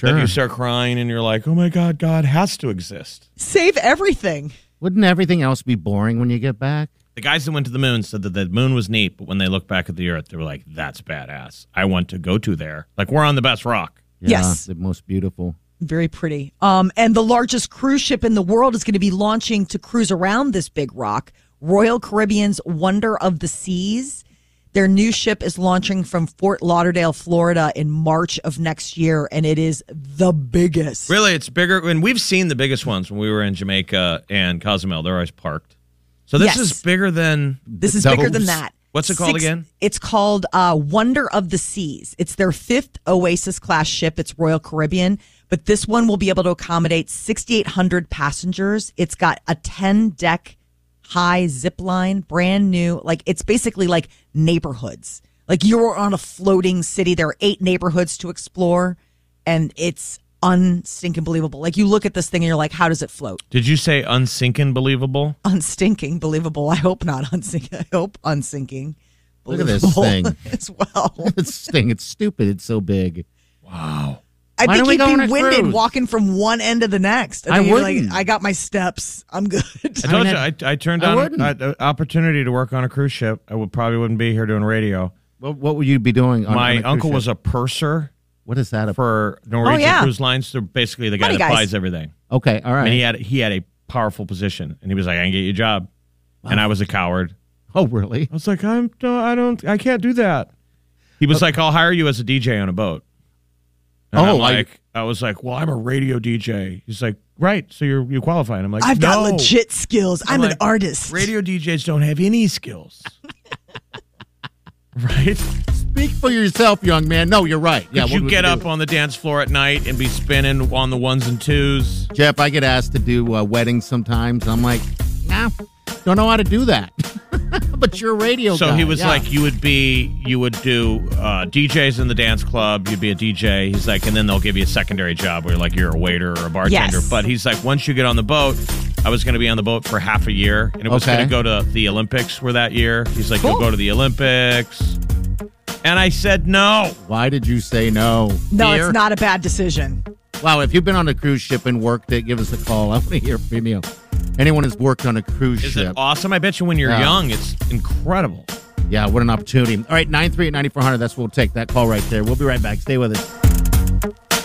Speaker 5: Then
Speaker 4: Sure.
Speaker 5: you start crying and you're like, oh my God, God has to exist.
Speaker 6: save everything.
Speaker 4: Wouldn't everything else be boring when you get back?
Speaker 5: The guys that went to the moon said that the moon was neat, but when they look back at the earth, they were like, that's badass. I want to go to there. Like, we're on the best rock.
Speaker 4: Yeah,
Speaker 6: Yes.
Speaker 4: The most beautiful.
Speaker 6: Very pretty. Um, and the largest cruise ship in the world is going to be launching to cruise around this big rock. Royal Caribbean's Wonder of the Seas. Their new ship is launching from Fort Lauderdale, Florida in March of next year, and it is the biggest.
Speaker 5: Really, it's bigger. And we've seen the biggest ones when we were in Jamaica and Cozumel. They're always parked. So this
Speaker 6: Yes.
Speaker 5: is bigger than
Speaker 6: This is
Speaker 4: Double-
Speaker 6: bigger than that.
Speaker 5: What's it called again?
Speaker 6: It's called uh, Wonder of the Seas. It's their fifth Oasis class ship. It's Royal Caribbean, but this one will be able to accommodate 6,800 passengers. It's got a 10 deck high zip line, brand new. Like it's basically like neighborhoods. Like you're on a floating city. There are eight neighborhoods to explore, and it's unstinking believable. Like you look at this thing and you're like, how does it float?
Speaker 5: Did you say unsinking believable?
Speaker 6: unstinking, believable. I hope not unsinking. I hope unsinking.
Speaker 4: Look at this
Speaker 6: believable
Speaker 4: thing.
Speaker 6: as well.
Speaker 4: this thing, it's stupid. It's so big.
Speaker 6: I
Speaker 4: Why
Speaker 6: think
Speaker 4: don't we
Speaker 6: you'd
Speaker 4: go on
Speaker 6: be
Speaker 4: a
Speaker 6: winded
Speaker 4: cruise?
Speaker 6: walking from one end to the next. I,
Speaker 4: I
Speaker 6: think you'd be
Speaker 4: wouldn't.
Speaker 6: Like, I got my steps. I'm good.
Speaker 5: I told
Speaker 4: mean,
Speaker 5: you, I, I turned
Speaker 4: I
Speaker 5: down
Speaker 4: wouldn't.
Speaker 5: an opportunity to work on a cruise ship. I would probably wouldn't be here doing radio.
Speaker 4: What, what would you be doing? On,
Speaker 5: My uncle was a purser
Speaker 4: What is that? For,
Speaker 5: for Norwegian
Speaker 6: Oh, yeah.
Speaker 5: Cruise Lines. They're basically the guy
Speaker 6: Money
Speaker 5: that
Speaker 6: guys.
Speaker 5: buys everything.
Speaker 4: okay. All
Speaker 5: And he
Speaker 4: right.
Speaker 5: had he had a powerful position, and he was like, "I can get you a job," and I was a coward.
Speaker 4: Oh, really?
Speaker 5: I was like, "I'm no, I don't, I can't do that." He was like, "I'll hire you as a DJ on a boat." And
Speaker 4: Uh,
Speaker 5: I'm
Speaker 4: Oh, I-
Speaker 5: like I, was like, "Well, I'm a radio DJ." He's like, "Right, so you're you qualify." And I'm like,
Speaker 6: I've got
Speaker 5: "No."
Speaker 6: legit skills. I'm,
Speaker 5: I'm
Speaker 6: an
Speaker 5: like,
Speaker 6: artist.
Speaker 5: Radio DJs don't have any skills. right?
Speaker 4: Speak for yourself, young man. No, you're right.
Speaker 5: Could
Speaker 4: Yeah. what
Speaker 5: you
Speaker 4: would
Speaker 5: get
Speaker 4: do?
Speaker 5: up on the dance floor at night and be spinning on the ones and twos?
Speaker 4: Jeff, I get asked to do uh, weddings sometimes. I'm like, nah, don't know how to do that. but you're a radio
Speaker 5: So
Speaker 4: guy,
Speaker 5: he was
Speaker 4: yeah.
Speaker 5: like, you would be, you would do uh, DJs in the dance club. You'd be a DJ. He's like, and then they'll give you a secondary job where like you're a waiter or a bartender.
Speaker 6: Yes.
Speaker 5: But he's like, once you get on the boat, I was going to be on the boat for half a year, and it was
Speaker 4: Okay.
Speaker 5: going to go to the Olympics for that year. He's like, you'll
Speaker 6: Cool.
Speaker 5: go to the Olympics, and I said no.
Speaker 4: Why did you say no?
Speaker 6: No,
Speaker 5: Dear.
Speaker 6: it's not a bad decision.
Speaker 4: Wow, if you've been on a cruise ship and worked it, give us a call. I want to hear from you. Anyone who's worked on a cruise
Speaker 5: Is
Speaker 4: ship.
Speaker 5: it awesome? I bet you when you're
Speaker 4: Yeah.
Speaker 5: young, it's incredible.
Speaker 4: Yeah, what an opportunity. All right, 938 9400. That's what we'll take. That call right there. We'll be right back. Stay with us.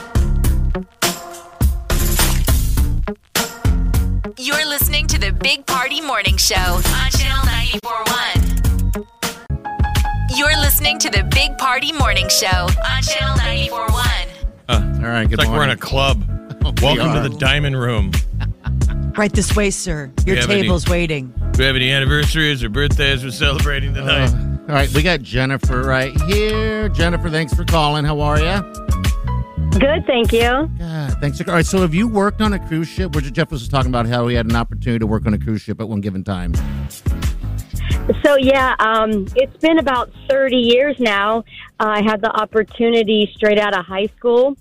Speaker 3: You're listening to the Big Party Morning Show on Channel 941. You're listening to the Big Party Morning Show on Channel 941.
Speaker 4: All right, good
Speaker 5: It's like we're in a
Speaker 4: morning. Oh,
Speaker 5: club.
Speaker 4: we
Speaker 5: Welcome
Speaker 4: are.
Speaker 5: to the Diamond Room.
Speaker 6: Right this way, sir. Your
Speaker 5: Yeah, but he-
Speaker 6: table's waiting.
Speaker 5: Do we have any anniversaries or birthdays we're celebrating tonight?
Speaker 4: Uh, All right, we got Jennifer right here. Jennifer, thanks for calling. How are you?
Speaker 8: Good, thank you.
Speaker 4: God, thanks. For, all right, so have you worked on a cruise ship? Where Jeff was talking about how he had an opportunity to work on a cruise ship at one given time.
Speaker 8: So, yeah, um, it's been about 30 years now. Uh, I had the opportunity straight out of high school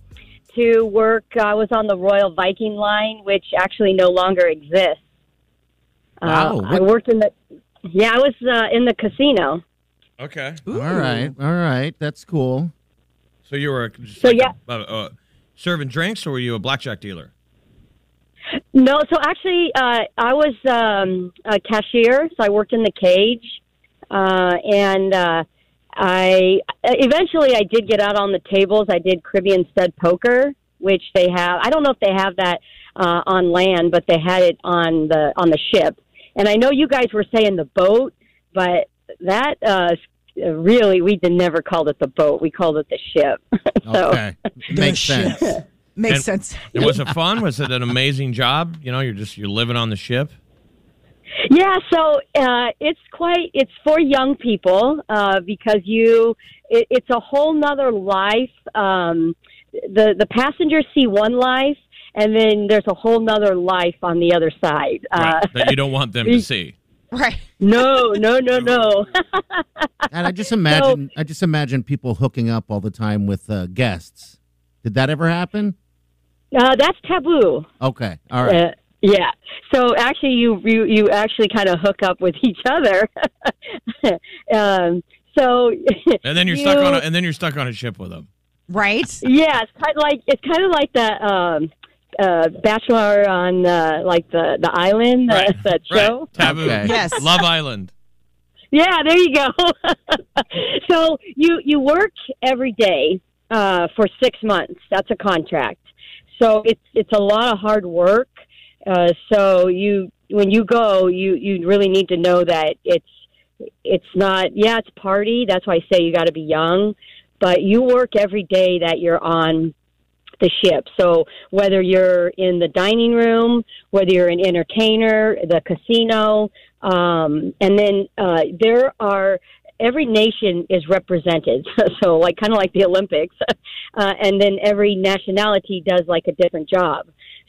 Speaker 8: to work. I was on the Royal Viking line, which actually no longer exists.
Speaker 4: Wow,
Speaker 5: Oh,
Speaker 8: Uh, I
Speaker 4: what-
Speaker 8: worked in the, yeah, I was uh, in the casino.
Speaker 4: Uh.
Speaker 5: Okay.
Speaker 4: All right, all right, that's cool.
Speaker 5: So you were just
Speaker 8: So,
Speaker 5: like
Speaker 8: yeah.
Speaker 5: a- uh, uh, serving drinks, or were you a blackjack dealer?
Speaker 8: No, so actually, uh, I was um, a cashier, so I worked in the cage, uh, and uh, I eventually I did get out on the tables. I did Caribbean stud poker, which they have. I don't know if they have that uh, on land, but they had it on the on the ship. And I know you guys were saying the boat, but that uh, really we did never called it the boat. We called it the ship. so
Speaker 4: Okay, makes
Speaker 6: ship.
Speaker 4: sense.
Speaker 6: Makes
Speaker 5: And-
Speaker 6: sense.
Speaker 5: And was it fun? was it an amazing job? You know, you're just you're living on the ship.
Speaker 8: Yeah, so uh, it's quite it's for young people uh, because you it, it's a whole nother life. Um, the the passengers see one life, and then there's a whole nother life on the other side. Uh,
Speaker 5: Right, that you don't want them to see.
Speaker 6: Right.
Speaker 8: no, no, no, no.
Speaker 4: And I just imagine, I just imagine people hooking up all the time with uh, guests. Did that ever happen?
Speaker 8: Uh, that's taboo.
Speaker 4: Okay, all right.
Speaker 8: Uh, yeah. So actually, you you, you actually kind of hook up with each other. um, so
Speaker 5: And then you're stuck on a, and then you're stuck on a ship with them.
Speaker 6: Right?
Speaker 8: Yeah, it's kind of like it's kind of like the um, uh, Bachelor on uh, like the the island uh,
Speaker 5: Right.
Speaker 8: that show.
Speaker 5: Right. Taboo.
Speaker 4: Okay.
Speaker 6: Yes.
Speaker 5: Love Island.
Speaker 8: Yeah, there you go. so you you work every day uh, for six months. That's a contract. So it's it's a lot of hard work. Uh, so you when you go, you you really need to know that it's it's not. Yeah, it's party. That's why I say you got to be young, but you work every day that you're on the ship. So whether you're in the dining room, whether you're an entertainer, the casino, um, and then uh, there are every nation is represented. so like kind of like the Olympics, uh, and then every nationality does like a different job.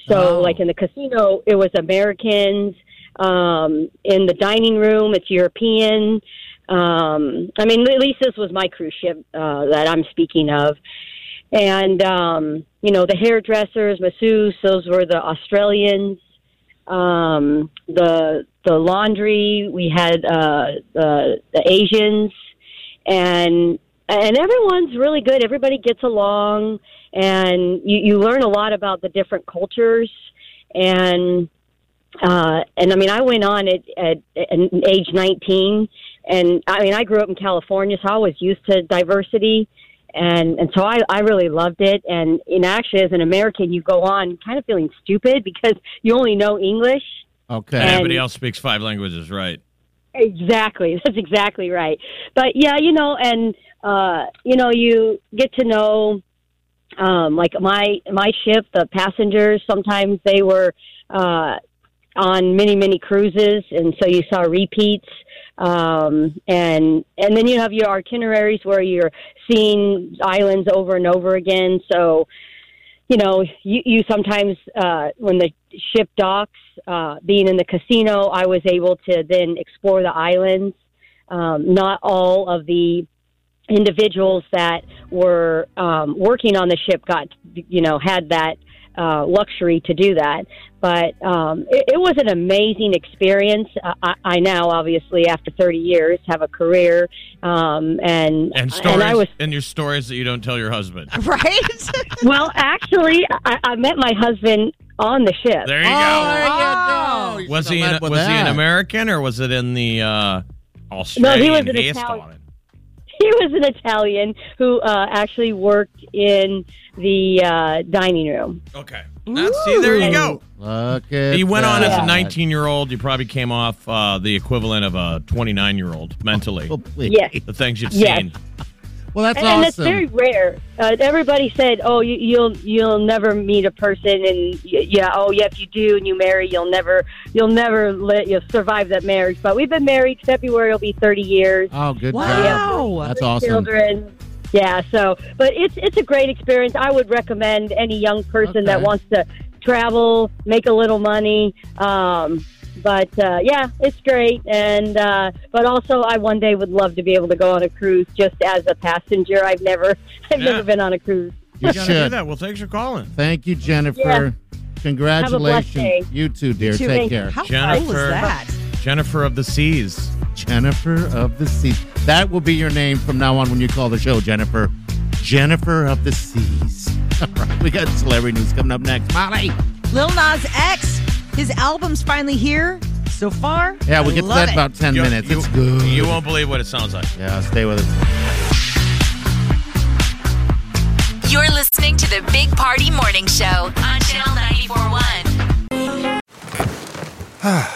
Speaker 8: So
Speaker 4: Oh.
Speaker 8: like in the casino, it was Americans. Um, in the dining room, it's European. Um, I mean, at least this was my cruise ship uh, that I'm speaking of and um, you know the hairdressers, masseuse, those were the Australians. Um, the the laundry, we had uh, the the Asians, and and everyone's really good. Everybody gets along, and you, you learn a lot about the different cultures and uh, and I mean, I went on at, at, at age 19, and I mean, I grew up in California, so I was used to diversity, and and so I, I really loved it. And and actually, as an American, you go on kind of feeling stupid because you only know English.
Speaker 4: Okay.
Speaker 8: And-
Speaker 5: Everybody else speaks five languages, right?
Speaker 8: Exactly, that's exactly right. But yeah, you know, and uh, you know, you get to know um, like my my ship, the passengers. Sometimes they were uh, on many many cruises, and so you saw repeats. Um, and and then you have your itineraries where you're seeing islands over and over again. So you know, you, you sometimes uh, when the ship docks, uh, being in the casino, I was able to then explore the islands um, not all of the individuals that were um, working on the ship got, you know, had that uh, luxury to do that. But um, it, it was an amazing experience. I, I- I now, obviously, after 30 years, have a career, um, and
Speaker 5: And stories
Speaker 8: I
Speaker 5: and,
Speaker 8: was
Speaker 5: your stories that you don't tell your husband.
Speaker 6: Right?
Speaker 8: well. Actually, I, I met my husband on the ship.
Speaker 5: Oh, There you
Speaker 6: Oh.
Speaker 5: go. Was he an, was he an American or was it in the uh, Australian
Speaker 8: he was an
Speaker 5: based
Speaker 8: Italian.
Speaker 5: on it?
Speaker 8: he was an Italian who uh, actually worked in the uh, dining room.
Speaker 5: Okay. Now, see, there you go.
Speaker 4: Look
Speaker 5: He went on as a
Speaker 4: that.
Speaker 5: 19 year old. You probably came off uh, the equivalent of a 29 year old mentally.
Speaker 4: Oh, please.
Speaker 8: Yes.
Speaker 5: The things you've
Speaker 8: Yes.
Speaker 5: seen.
Speaker 4: Well, that's
Speaker 8: And, and it's
Speaker 4: awesome.
Speaker 8: very rare. Uh, everybody said, "Oh, you, you'll you'll never meet a person," and y- yeah, oh yeah, if you do and you marry, you'll never you'll never let you survive that marriage. But we've been married. February will be thirty years.
Speaker 4: oh, good job.
Speaker 6: Wow.
Speaker 4: That's awesome.
Speaker 8: Children. Yeah. So, but it's it's a great experience. I would recommend any young person that
Speaker 4: Okay.
Speaker 8: wants to travel, make a little money. Um, but uh, yeah, it's great. And uh, but also, I one day would love to be able to go on a cruise just as a passenger. I've never I've
Speaker 5: Yeah.
Speaker 8: never been on a cruise.
Speaker 4: You
Speaker 5: gotta do
Speaker 4: should.
Speaker 5: that. Well, thanks for calling.
Speaker 4: Thank you, Jennifer.
Speaker 8: Yeah.
Speaker 4: Congratulations.
Speaker 8: day.
Speaker 4: You too, dear.
Speaker 6: too.
Speaker 4: Take
Speaker 8: Thank
Speaker 4: care.
Speaker 6: How cool
Speaker 5: Jennifer.
Speaker 6: is that?
Speaker 5: Jennifer of the Seas.
Speaker 4: Jennifer of the Seas. That will be your name from now on when you call the show, Jennifer. Jennifer of the Seas. All right, we got celebrity news coming up next. Molly.
Speaker 6: Lil Nas X, his album's finally here. So far,
Speaker 4: Yeah, we
Speaker 6: I
Speaker 4: get to
Speaker 6: love
Speaker 4: that
Speaker 6: it.
Speaker 4: in about 10
Speaker 5: You-
Speaker 4: minutes.
Speaker 5: you-
Speaker 4: it's good.
Speaker 5: You won't believe what it sounds like.
Speaker 4: yeah, stay with us.
Speaker 3: You're listening to the Big Party Morning Show on Channel 941.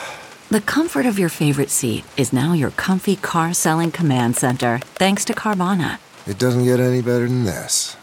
Speaker 9: The comfort of your favorite seat is now your comfy car selling command center, thanks to Carvana.
Speaker 10: It doesn't get any better than this.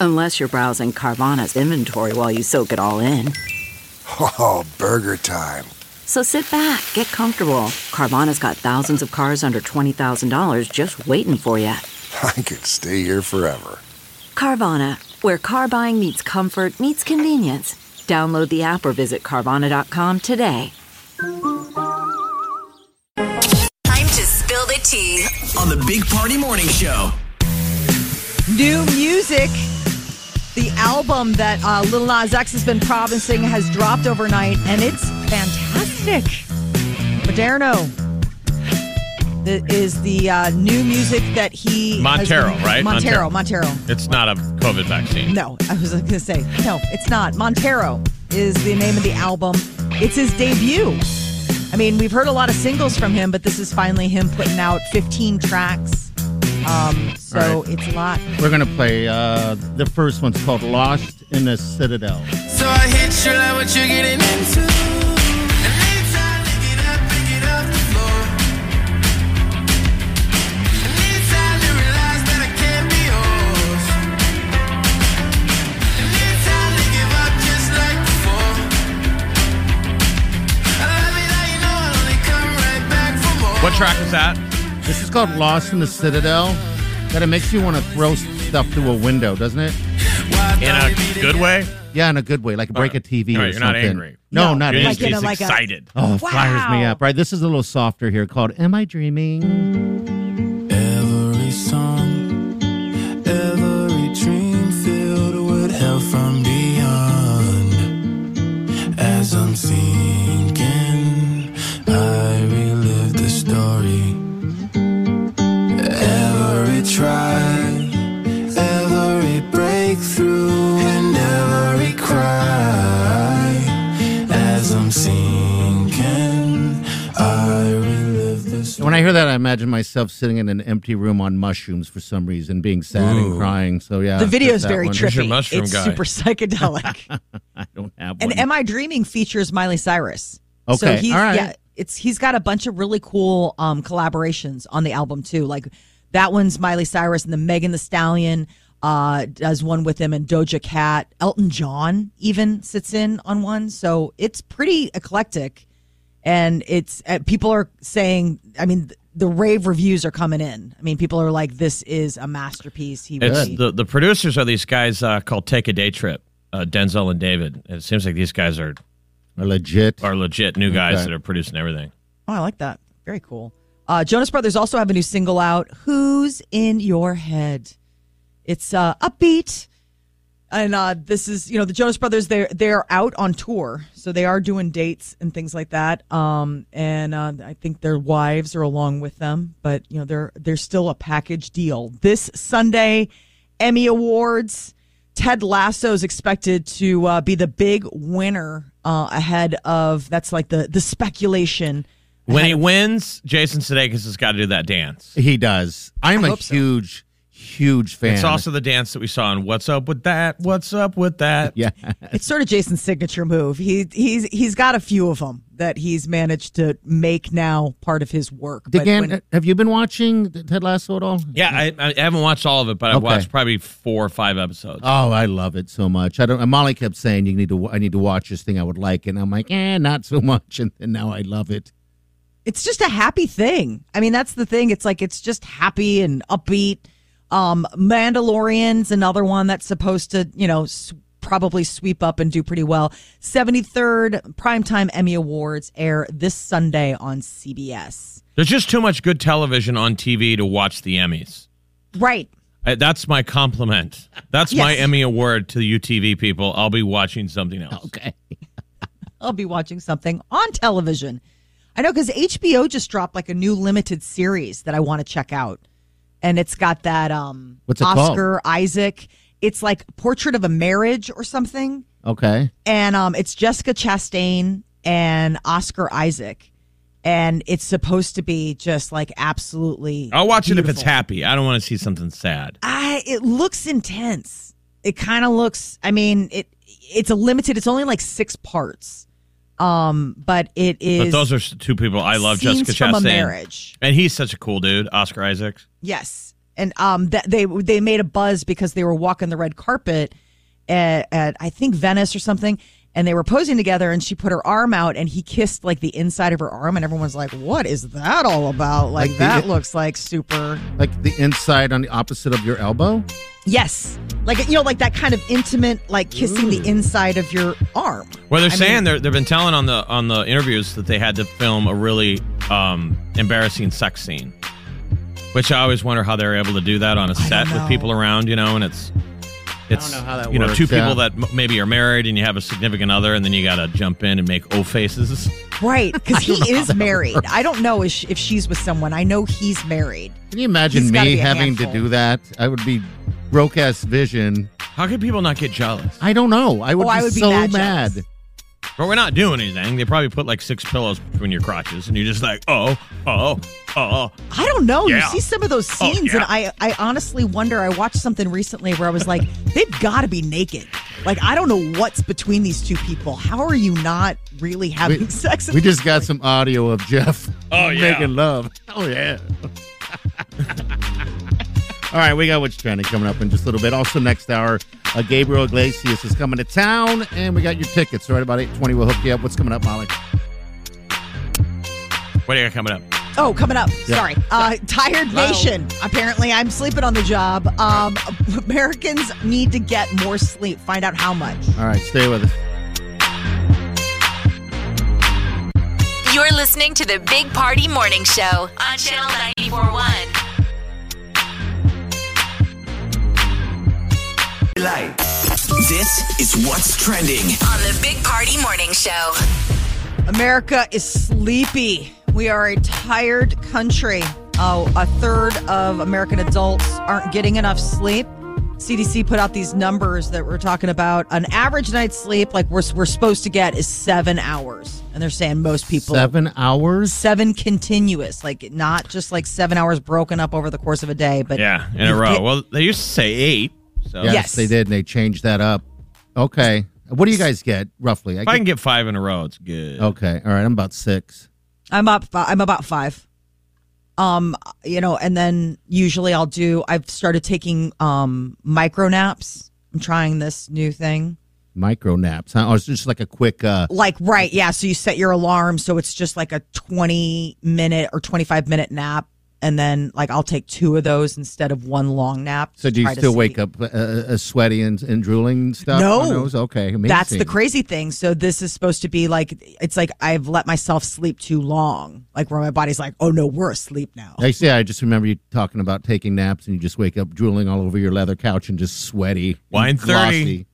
Speaker 9: Unless you're browsing Carvana's inventory while you soak it all in.
Speaker 10: Oh, burger time.
Speaker 9: So sit back, get comfortable. Carvana's got thousands of cars under $20,000 just waiting for you.
Speaker 10: I could stay here forever.
Speaker 9: Carvana, where car buying meets comfort, meets convenience. Download the app or visit Carvana.com today.
Speaker 3: Time to spill the tea.
Speaker 7: On the Big Party Morning Show.
Speaker 6: New music. The album that uh, Lil Nas X has been promising has dropped overnight, and it's fantastic. Moderno that is the uh, new music that he has
Speaker 5: Montero,
Speaker 6: been-
Speaker 5: right?
Speaker 6: Montero, Montero.
Speaker 5: It's not a COVID vaccine.
Speaker 6: No, I was going to say no. It's not Montero is the name of the album. It's his debut. I mean, we've heard a lot of singles from him, but this is finally him putting out 15 tracks. Um, so
Speaker 4: Right.
Speaker 6: it's a lot.
Speaker 4: We're going to play uh, the first one's called Lost in the Citadel.
Speaker 2: So I hit you like what you're getting into. And they try to get up and get off the floor. And they try to realize that I can't be yours. And they try to give up just like before. I love it how you know I only come right back for more.
Speaker 5: What track is that?
Speaker 4: This is called Lost in the Citadel. That it makes you want to throw stuff through a window, doesn't it?
Speaker 5: In a good way?
Speaker 4: Yeah, in a good way, like break a TV
Speaker 5: All
Speaker 4: or
Speaker 5: right, Uh, you're
Speaker 4: something.
Speaker 5: not angry.
Speaker 4: No,
Speaker 6: No,
Speaker 4: not
Speaker 5: You're
Speaker 6: Like
Speaker 4: angry.
Speaker 5: just-
Speaker 6: in a-
Speaker 5: he's
Speaker 6: like a-
Speaker 5: excited.
Speaker 4: Oh, it fires me
Speaker 6: Wow.
Speaker 4: up. Right, this is a little softer here called Am I Dreaming?
Speaker 2: Every song, every dream filled with help from beyond. As I'm sinking, I relive the story. Every try, every breakthrough, and every cry. As I'm sinking, I relive the story.
Speaker 4: When I hear that, I imagine myself sitting in an empty room on mushrooms for some reason, being sad and crying. So yeah,
Speaker 6: The video is
Speaker 4: there's that
Speaker 6: very
Speaker 4: one.
Speaker 5: your
Speaker 6: trippy.
Speaker 5: mushroom
Speaker 6: it's
Speaker 5: guy.
Speaker 6: super psychedelic.
Speaker 4: I don't have one.
Speaker 6: and "Am I Dreaming" features Miley Cyrus. so
Speaker 4: Okay,
Speaker 6: he's,
Speaker 4: all right.
Speaker 6: yeah, it's he's got a bunch of really cool um, collaborations on the album too. Like That one's Miley Cyrus and the Megan the Stallion uh, does one with them, and Doja Cat, Elton John even sits in on one. So it's pretty eclectic, and it's uh, people are saying. I mean, th- the rave reviews are coming in. I mean, people are like, "This is a masterpiece." He
Speaker 5: It's
Speaker 6: really-
Speaker 5: the, the producers are these guys uh, called Take a Day Trip, uh, Denzel and David. It seems like these guys are
Speaker 4: are legit
Speaker 5: are legit new guys
Speaker 4: Okay.
Speaker 5: that are producing everything.
Speaker 6: Oh, I like that. Very cool. Uh, Jonas Brothers also have a new single out, Who's in Your Head? It's uh, upbeat. And uh, this is, you know, the Jonas Brothers, they're, they're out on tour. So they are doing dates and things like that. Um, and uh, I think their wives are along with them. But, you know, they're, they're still a package deal. This Sunday, Emmy Awards. Ted Lasso is expected to uh, be the big winner uh, ahead of that's like the the speculation
Speaker 5: When he wins, Jason Sudeikis has got to do that dance.
Speaker 4: He does. I'm a
Speaker 6: hope so.
Speaker 4: huge, huge fan.
Speaker 5: It's also the dance that we saw in What's Up With That? What's Up With That?
Speaker 4: yeah.
Speaker 6: It's sort of Jason's signature move. He he's he's got a few of them that he's managed to make now part of his work. But
Speaker 4: Again,
Speaker 6: when-
Speaker 4: have you been watching Ted Lasso at all?
Speaker 5: Yeah, I, I haven't watched all of it, but I've
Speaker 4: Okay.
Speaker 5: watched probably four or five episodes.
Speaker 4: Oh, I love it so much. I don't. and Molly kept saying you need to. I need to watch this thing. I would like, and I'm like, eh, not so much. And, and now I love it.
Speaker 6: it's just a happy thing. I mean, that's the thing. It's like it's just happy and upbeat. Um, Mandalorian's another one that's supposed to, you know, s- probably sweep up and do pretty well. 73rd Primetime Emmy Awards air this Sunday on CBS.
Speaker 5: There's just too much good television on TV to watch the Emmys.
Speaker 6: Right.
Speaker 5: I, that's my compliment. That's my
Speaker 6: Yes.
Speaker 5: Emmy award to the UTV people. I'll be watching something else.
Speaker 4: Okay.
Speaker 6: I'll be watching something on television. I know because HBO just dropped like a new limited series that I want to check out, and it's got that um
Speaker 4: What's it called?
Speaker 6: Oscar Isaac. It's like Portrait of a Marriage or something,
Speaker 4: Okay.
Speaker 6: and um it's Jessica Chastain and Oscar Isaac, and it's supposed to be just like absolutely.
Speaker 5: I'll watch it if it's
Speaker 6: beautiful.
Speaker 5: happy. I don't want to see something sad.
Speaker 6: I it looks intense. It kind of looks. I mean it. It's a limited. It's only like six parts. Um, but it is.
Speaker 5: But those are s- two people I love,
Speaker 6: Scenes
Speaker 5: Jessica
Speaker 6: from a
Speaker 5: Chastain.
Speaker 6: marriage.
Speaker 5: And he's such a cool dude, Oscar Isaacs.
Speaker 6: Yes, and um, that they they made a buzz because they were walking the red carpet at, at I think Venice or something, and they were posing together, and she put her arm out, and he kissed like the inside of her arm, and everyone's like, "What is that all about?" Like,
Speaker 4: Like the-
Speaker 6: that looks like super.
Speaker 4: Like the inside on the opposite of your elbow.
Speaker 6: Yes, like you know, like that kind of intimate, like kissing the inside of your arm.
Speaker 5: Well, they're
Speaker 6: I
Speaker 5: saying
Speaker 6: mean-
Speaker 5: they're, they've been telling on the on the interviews that they had to film a really um, embarrassing sex scene, which I always wonder how they're able to do that on a set with
Speaker 6: know.
Speaker 5: people around, you know. And it's it's
Speaker 4: know how that
Speaker 5: you know
Speaker 4: works,
Speaker 5: two
Speaker 4: yeah.
Speaker 5: people that m- maybe are married and you have a significant other, and then you got to jump in and make O faces.
Speaker 6: Right, because he is married. I don't know if she- if she's with someone. I know he's married.
Speaker 4: Can you imagine
Speaker 6: He's gotta
Speaker 4: me
Speaker 6: be a
Speaker 4: having to
Speaker 6: handful.
Speaker 4: do that? I would be broke ass vision.
Speaker 5: How could people not get jealous?
Speaker 4: I don't know. I would
Speaker 6: Oh,
Speaker 4: be
Speaker 6: I would be
Speaker 4: so
Speaker 6: mad
Speaker 4: mad.
Speaker 6: jealous.
Speaker 5: But we're not doing anything. They probably put like six pillows between your crotches, and you're just like, oh, oh, oh.
Speaker 6: I don't know.
Speaker 5: Yeah.
Speaker 6: You see some of those
Speaker 5: Oh,
Speaker 6: scenes,
Speaker 5: yeah.
Speaker 6: and I, I honestly wonder. I watched something recently where I was like, they've got to be naked. Like, I don't know what's between these two people. How are you not really having
Speaker 4: We-
Speaker 6: sex? at
Speaker 4: We
Speaker 6: this
Speaker 4: just got
Speaker 6: point?
Speaker 4: some audio of Jeff.
Speaker 5: Oh, yeah.
Speaker 4: making love. Oh yeah. All right, we got what's trending coming up in just a little bit. Also next hour, uh, Gabriel Iglesias is coming to town, and we got your tickets. Right about eight twenty, we'll hook you up. What's coming up, Molly?
Speaker 5: What do you got coming up?
Speaker 6: Oh, coming up.
Speaker 4: Yeah.
Speaker 6: Sorry. Uh, Tired Nation. Apparently, I'm sleeping on the job. Um, Americans need to get more sleep. Find out how much.
Speaker 4: All right, stay with us.
Speaker 3: You're listening to the Big Party Morning Show on Channel 941.
Speaker 7: This is what's trending.
Speaker 3: On the Big Party Morning Show.
Speaker 6: America is sleepy. We are a tired country. Oh, a third of American adults aren't getting enough sleep. CDC put out these numbers that we're talking about. An average night's sleep, like we're, we're supposed to get, is seven hours. And they're saying most people.
Speaker 4: Seven hours.
Speaker 6: Seven continuous, like not just like seven hours broken up over the course of a day, but
Speaker 5: Yeah, in a
Speaker 6: you
Speaker 5: row.
Speaker 6: get-
Speaker 5: Well, they used to say eight. So
Speaker 4: Yes,
Speaker 6: Yes.
Speaker 4: they did, and they changed that up. Okay, what do you guys get roughly?
Speaker 5: if I can get five in a row, it's good.
Speaker 4: okay, all right, I'm about six.
Speaker 6: I'm up. fi- I'm about five. Um, you know, and then usually I'll do. I've started taking um micro naps. I'm trying this new thing.
Speaker 4: Micro naps. Huh? Or it's just like a quick. Uh,
Speaker 6: Like right, yeah. So you set your alarm, so it's just like a 20 minute or 25 minute nap, and then like I'll take two of those instead of one long nap.
Speaker 4: so
Speaker 6: to
Speaker 4: do you
Speaker 6: try to
Speaker 4: still
Speaker 6: sleep.
Speaker 4: wake up uh, uh, sweaty and, and drooling and stuff?
Speaker 6: No.
Speaker 4: on those? Okay. Amazing.
Speaker 6: That's the crazy thing. So this is supposed to be like it's like I've let myself sleep too long, like where my body's like, oh no, we're asleep now.
Speaker 4: I see. I just remember you talking about taking naps, and you just wake up drooling all over your leather couch and just sweaty. and
Speaker 5: Wine 30.
Speaker 4: glossy,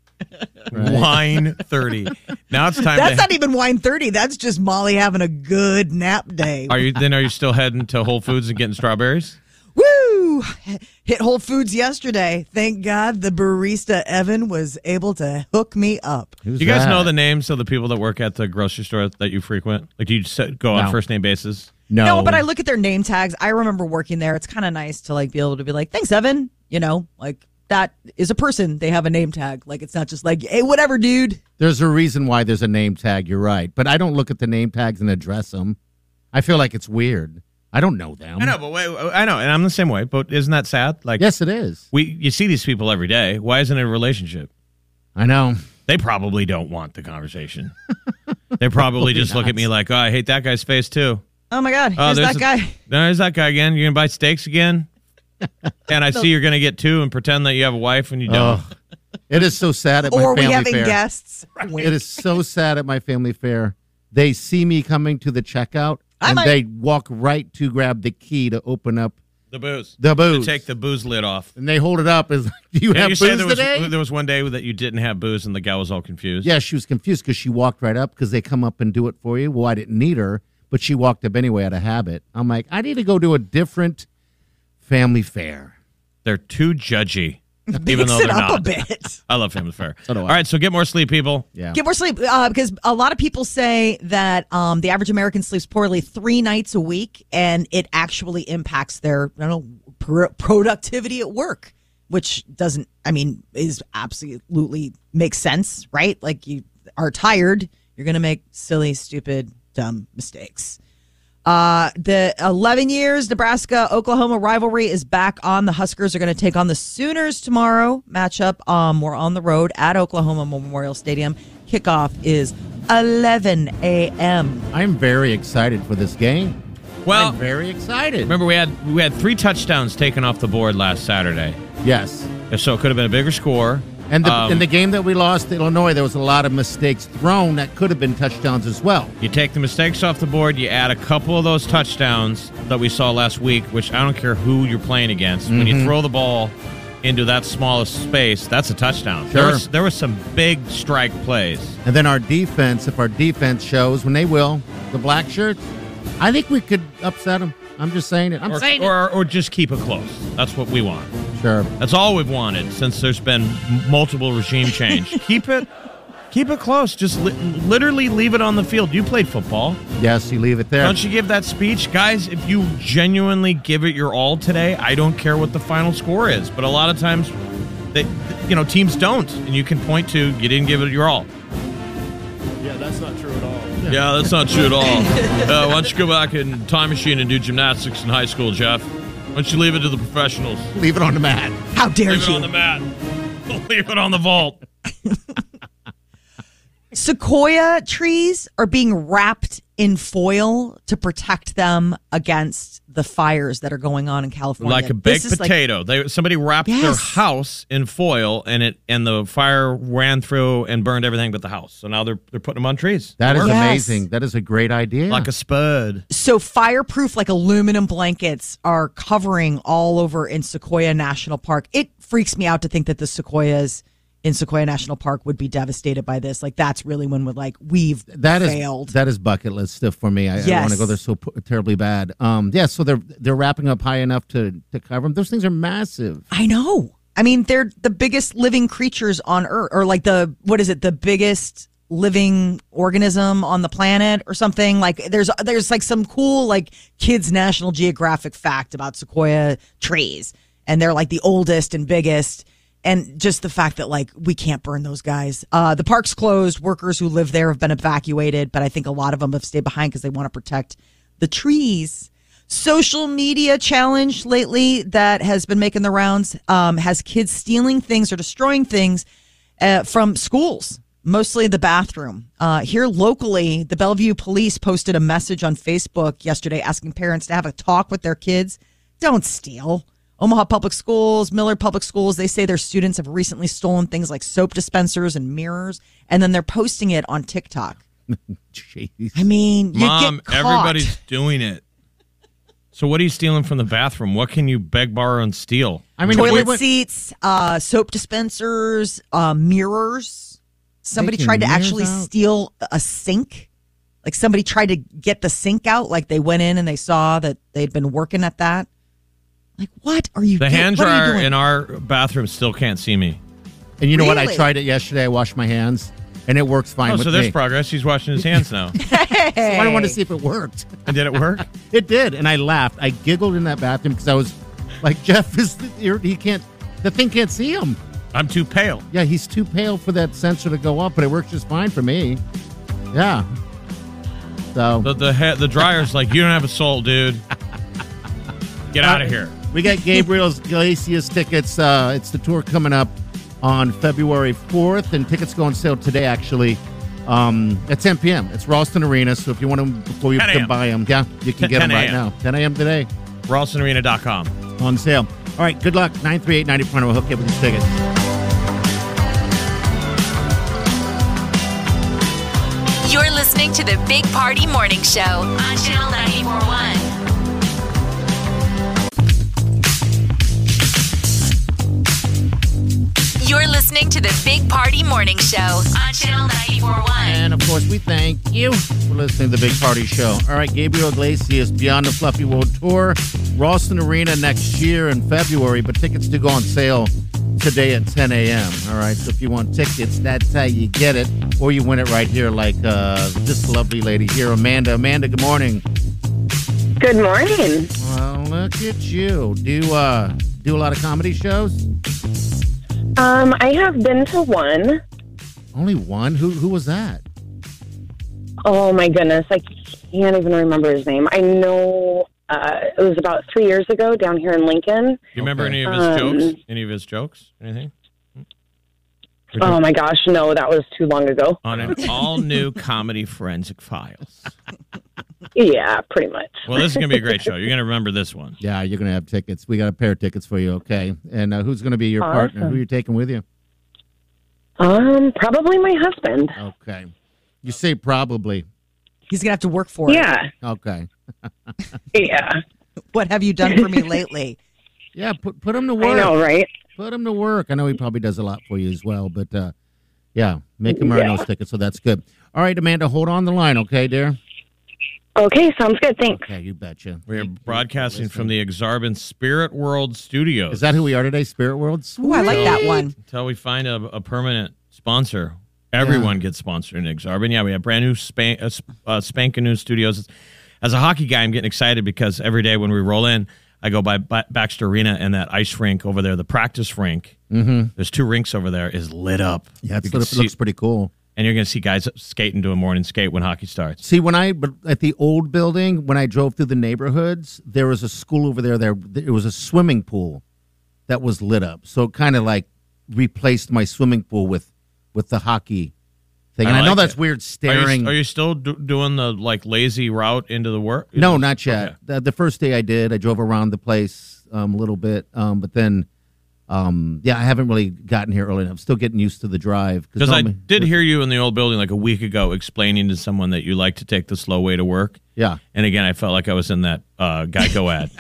Speaker 4: right?
Speaker 5: Wine 30. Now it's time
Speaker 6: That's
Speaker 5: to.
Speaker 6: not even wine thirty. That's just Molly having a good nap day.
Speaker 5: are you then? Are you still heading to Whole Foods and getting strawberries?
Speaker 6: Woo! Hit Whole Foods yesterday. Thank God the barista Evan was able to hook me up.
Speaker 4: Who's
Speaker 5: Do you guys
Speaker 4: that?
Speaker 5: know the names of the people that work at the grocery store that you frequent? Like, do you just go on
Speaker 4: No.
Speaker 5: first name basis?
Speaker 4: No,
Speaker 6: No, but I look at their name tags. I remember working there. It's kind of nice to like be able to be like, "Thanks, Evan." You know, like that is a person. They have a name tag. Like it's not just like, "Hey, whatever, dude."
Speaker 4: There's a reason why there's a name tag. You're right, but I don't look at the name tags and address them. I feel like it's weird. I don't know them.
Speaker 5: I know, but wait, I know, and I'm the same way. But isn't that sad? Like,
Speaker 4: Yes, it is.
Speaker 5: we you see these people every day. Why isn't it a relationship?
Speaker 4: I know.
Speaker 5: They probably don't want the conversation. they probably just look at me like, "Oh, I hate that guy's face too."
Speaker 6: Oh my God!
Speaker 5: Oh,
Speaker 6: Here's that
Speaker 5: a-
Speaker 6: guy.
Speaker 5: No, there's that guy again. You're gonna buy steaks again, and I see you're gonna get two and pretend that you have a wife when you don't.
Speaker 4: Ugh. it is so sad at my
Speaker 6: Or are we
Speaker 4: family
Speaker 6: having
Speaker 4: fair.
Speaker 6: guests?
Speaker 4: It is so sad at my family fair. They see me coming to the checkout,
Speaker 6: I
Speaker 4: and
Speaker 6: might-
Speaker 4: they walk right to grab the key to open up
Speaker 5: The booze.
Speaker 4: the
Speaker 5: To
Speaker 4: booze.
Speaker 5: take the booze lid off.
Speaker 4: and they hold it up. Is do you
Speaker 5: Yeah,
Speaker 4: have
Speaker 5: you said
Speaker 4: booze
Speaker 5: there was,
Speaker 4: today?
Speaker 5: there was one day that you didn't have booze and the guy was all confused.
Speaker 4: Yeah, she was confused because she walked right up because they come up and do it for you. Well, I didn't need her, but she walked up anyway out of habit. I'm like, I need to go to a different family fair.
Speaker 5: They're too judgy, even
Speaker 6: Mix
Speaker 5: though
Speaker 6: it
Speaker 5: they're
Speaker 6: up
Speaker 5: not.
Speaker 6: a bit.
Speaker 5: I love Family Fair.
Speaker 4: So do I.
Speaker 5: All right, so get more sleep, people.
Speaker 4: Yeah.
Speaker 6: Get more sleep uh, because a lot of people say that um, the average American sleeps poorly three nights a week, and it actually impacts their I don't know pro- productivity at work, which doesn't. I mean, is absolutely makes sense, right? Like you are tired, you're going to make silly, stupid, dumb mistakes. Uh, the 11 years Nebraska Oklahoma rivalry is back on. The Huskers are going to take on the Sooners tomorrow. Matchup. Um, we're on the road at Oklahoma Memorial Stadium. Kickoff is 11 a.m.
Speaker 4: I'm very excited for this game.
Speaker 5: Well,
Speaker 4: I'm very excited.
Speaker 5: remember we had we had three touchdowns taken off the board last Saturday,
Speaker 4: Yes.
Speaker 5: so it could have been a bigger score.
Speaker 4: And the,
Speaker 5: Um,
Speaker 4: in the game that we lost to Illinois, there was a lot of mistakes thrown that could have been touchdowns as well.
Speaker 5: You take the mistakes off the board, you add a couple of those touchdowns that we saw last week, which I don't care who you're playing against. When you throw the ball into that smallest space, that's a touchdown. There,
Speaker 4: Sure.
Speaker 5: was, there was some big strike plays.
Speaker 4: And then our defense, if our defense shows when they will, the black shirts, I think we could upset them. I'm just saying it. I'm
Speaker 5: or,
Speaker 4: saying it.
Speaker 5: or, or just keep it close. That's what we want.
Speaker 4: Sure.
Speaker 5: That's all we've wanted since there's been m- multiple regime change. keep it, keep it close. Just li- literally leave it on the field. You played football.
Speaker 4: Yes, you leave it there.
Speaker 5: Don't you give that speech, guys? If you genuinely give it your all today, I don't care what the final score is. But a lot of times, they, you know, teams don't, and you can point to you didn't give it your all. Yeah, that's not true at all. Yeah, that's not true at all. Uh, why don't you go back in time machine and do gymnastics in high school, Jeff? Why don't you leave it to the professionals?
Speaker 4: leave it on the mat.
Speaker 6: How dare
Speaker 5: Leave it
Speaker 6: you?
Speaker 5: on the mat. Leave it on the vault.
Speaker 6: Sequoia trees are being wrapped in foil to protect them against the fires that are going on in California.
Speaker 5: Like a
Speaker 6: This
Speaker 5: baked
Speaker 6: is like-
Speaker 5: potato. they somebody wrapped their
Speaker 6: Yes.
Speaker 5: house in foil, and it and the fire ran through and burned everything but the house. So now they're they're putting them on trees.
Speaker 4: That is
Speaker 6: Yes.
Speaker 4: amazing. That is a great idea.
Speaker 5: like a spud.
Speaker 6: so fireproof like aluminum blankets are covering all over in Sequoia National Park. It freaks me out to think that the sequoias in Sequoia National Park would be devastated by this. Like that's really when we're like we've
Speaker 4: that is
Speaker 6: failed.
Speaker 4: that is bucket list stuff for me. I, I want
Speaker 6: Yes.
Speaker 4: to go there so p- terribly bad. Um, yeah, so they're they're wrapping up high enough to to cover them. Those things are massive.
Speaker 6: I know. I mean, they're the biggest living creatures on earth or like the what is it? The biggest living organism on the planet or something. Like there's there's like some cool like kids National Geographic fact about sequoia trees and they're like the oldest and biggest and just the fact that like we can't burn those guys. Uh, the park's closed. Workers who live there have been evacuated, but I think a lot of them have stayed behind because they want to protect the trees. social media challenge lately that has been making the rounds um, has kids stealing things or destroying things uh, from schools, mostly the bathroom. Uh, here locally, the Bellevue police posted a message on Facebook yesterday asking parents to have a talk with their kids. Don't steal. Omaha Public Schools, Miller Public Schools, they say their students have recently stolen things like soap dispensers and mirrors, and then they're posting it on TikTok.
Speaker 4: Jeez.
Speaker 6: I mean, you
Speaker 5: Mom,
Speaker 6: get caught.
Speaker 5: everybody's doing it. So what are you stealing from the bathroom? What can you beg, borrow, and steal?
Speaker 4: I mean,
Speaker 6: toilet
Speaker 4: we went-
Speaker 6: seats, uh, soap dispensers, uh, mirrors. Somebody
Speaker 4: Taking
Speaker 6: tried to
Speaker 4: mirrors
Speaker 6: actually
Speaker 4: out?
Speaker 6: steal a sink. Like somebody tried to get the sink out. Like they went in and they saw that they'd been working at that. Like what are you?
Speaker 5: The
Speaker 6: doing?
Speaker 5: hand
Speaker 6: what are you
Speaker 5: dryer
Speaker 6: doing?
Speaker 5: in our bathroom still can't see me.
Speaker 4: And you know what? I
Speaker 6: Really?
Speaker 4: tried it yesterday. I washed my hands, and it works fine
Speaker 5: Oh,
Speaker 4: with
Speaker 5: so
Speaker 4: me.
Speaker 5: there's progress. He's washing his hands now.
Speaker 4: So I wanted to see if it worked.
Speaker 5: and did it work?
Speaker 4: It did, and I laughed. I giggled in that bathroom because I was like, Jeff is the, he can't the thing can't see him.
Speaker 5: I'm too pale.
Speaker 4: Yeah, he's too pale for that sensor to go up, but it works just fine for me. Yeah. So
Speaker 5: The the ha- the dryer's like you don't have a soul, dude. Get out of here.
Speaker 4: we got Gabriel's Glacius tickets. Uh, it's the tour coming up on February 4th, and tickets go on sale today, actually, um, at 10 p.m. It's Ralston Arena, so if you want them before you
Speaker 5: 10
Speaker 4: can
Speaker 5: a.m..
Speaker 4: buy them, yeah, you can get
Speaker 5: 10
Speaker 4: them right
Speaker 5: a.m..
Speaker 4: now. 10 a.m. today
Speaker 5: RalstonArena.com.
Speaker 4: on sale. All right, good luck. 938 90 We'll hook you up with these tickets.
Speaker 3: You're listening to the Big Party Morning Show on Channel 941. You're listening to the Big Party Morning Show on Channel 941.
Speaker 4: And of course, we thank you for listening to the Big Party Show. All right, Gabriel Iglesias Beyond the Fluffy World Tour, Ralston Arena next year in February, but tickets do go on sale today at 10 a.m. All right, so if you want tickets, that's how you get it, or you win it right here, like uh, this lovely lady here, Amanda. Amanda, good morning.
Speaker 8: Good morning.
Speaker 4: Well, look at you. Do you, uh, do a lot of comedy shows?
Speaker 8: Um, I have been to one.
Speaker 4: Only one. Who who was that?
Speaker 8: Oh my goodness, I can't even remember his name. I know uh, it was about three years ago down here in Lincoln.
Speaker 5: You remember
Speaker 4: Okay.
Speaker 5: any of his
Speaker 8: Um,
Speaker 5: jokes? Any of his jokes? Anything? Or
Speaker 8: Oh
Speaker 5: just
Speaker 8: my gosh, no, that was too long ago.
Speaker 5: On an all new comedy forensic files.
Speaker 8: Yeah, pretty much.
Speaker 5: Well, this is gonna be a great show. You're gonna remember this one.
Speaker 4: Yeah, you're gonna have tickets. We got a pair of tickets for you. Okay, and uh, who's gonna be your partner? Who
Speaker 8: Awesome.
Speaker 4: are you taking with you?
Speaker 8: Um, probably my husband.
Speaker 4: Okay. You say probably.
Speaker 6: He's gonna have to work for it.
Speaker 8: Yeah,
Speaker 4: Okay.
Speaker 8: yeah.
Speaker 6: What have you done for me lately?
Speaker 4: Yeah, put put him to
Speaker 8: I
Speaker 4: work.
Speaker 8: know, right?
Speaker 4: Put him to work. I know he probably does a lot for you as well, but uh, yeah, make him earn
Speaker 8: Yeah.
Speaker 4: those tickets, so that's good. All right, Amanda, hold on the line, okay, dear?
Speaker 8: Okay, sounds good. Thanks.
Speaker 4: Okay, you betcha.
Speaker 5: We are broadcasting from the Exarban Spirit World Studios.
Speaker 4: Is that who we are today? Spirit World?
Speaker 6: Ooh, I like that
Speaker 5: Sweet.
Speaker 6: one.
Speaker 5: Until we find a, a permanent sponsor. Everyone gets sponsored in Exarban. Yeah, we have brand new span, uh, sp- uh, spanking new studios. As a hockey guy, I'm getting excited because every day when we roll in, I go by ba- Baxter Arena and that ice rink over there, the practice rink. Mm-hmm. There's two rinks over there, is lit up.
Speaker 4: Yeah, it's,
Speaker 5: You
Speaker 4: it
Speaker 5: can
Speaker 4: looks
Speaker 5: see-
Speaker 4: pretty cool.
Speaker 5: and you're going to see guys skating to a morning skate when hockey starts.
Speaker 4: See, when I but at the old building, when I drove through the neighborhoods, there was a school over there. There, it was a swimming pool that was lit up, so it kind of like replaced my swimming pool with with the hockey thing.
Speaker 5: I
Speaker 4: And I, know
Speaker 5: like
Speaker 4: that's
Speaker 5: it.
Speaker 4: weird
Speaker 5: Are you,
Speaker 4: staring.
Speaker 5: are you still do- doing the like lazy route into the work?
Speaker 4: no, not yet.
Speaker 5: Okay.
Speaker 4: The, the first day I did, I drove around the place um, a little bit, um, but then. Um, yeah, I haven't really gotten here early enough. Still getting used to the drive
Speaker 5: Because I
Speaker 4: normally-
Speaker 5: did hear you in the old building like a week ago explaining to someone that you like to take the slow way to work.
Speaker 4: Yeah,
Speaker 5: And again, I felt like I was in that uh, Geico ad.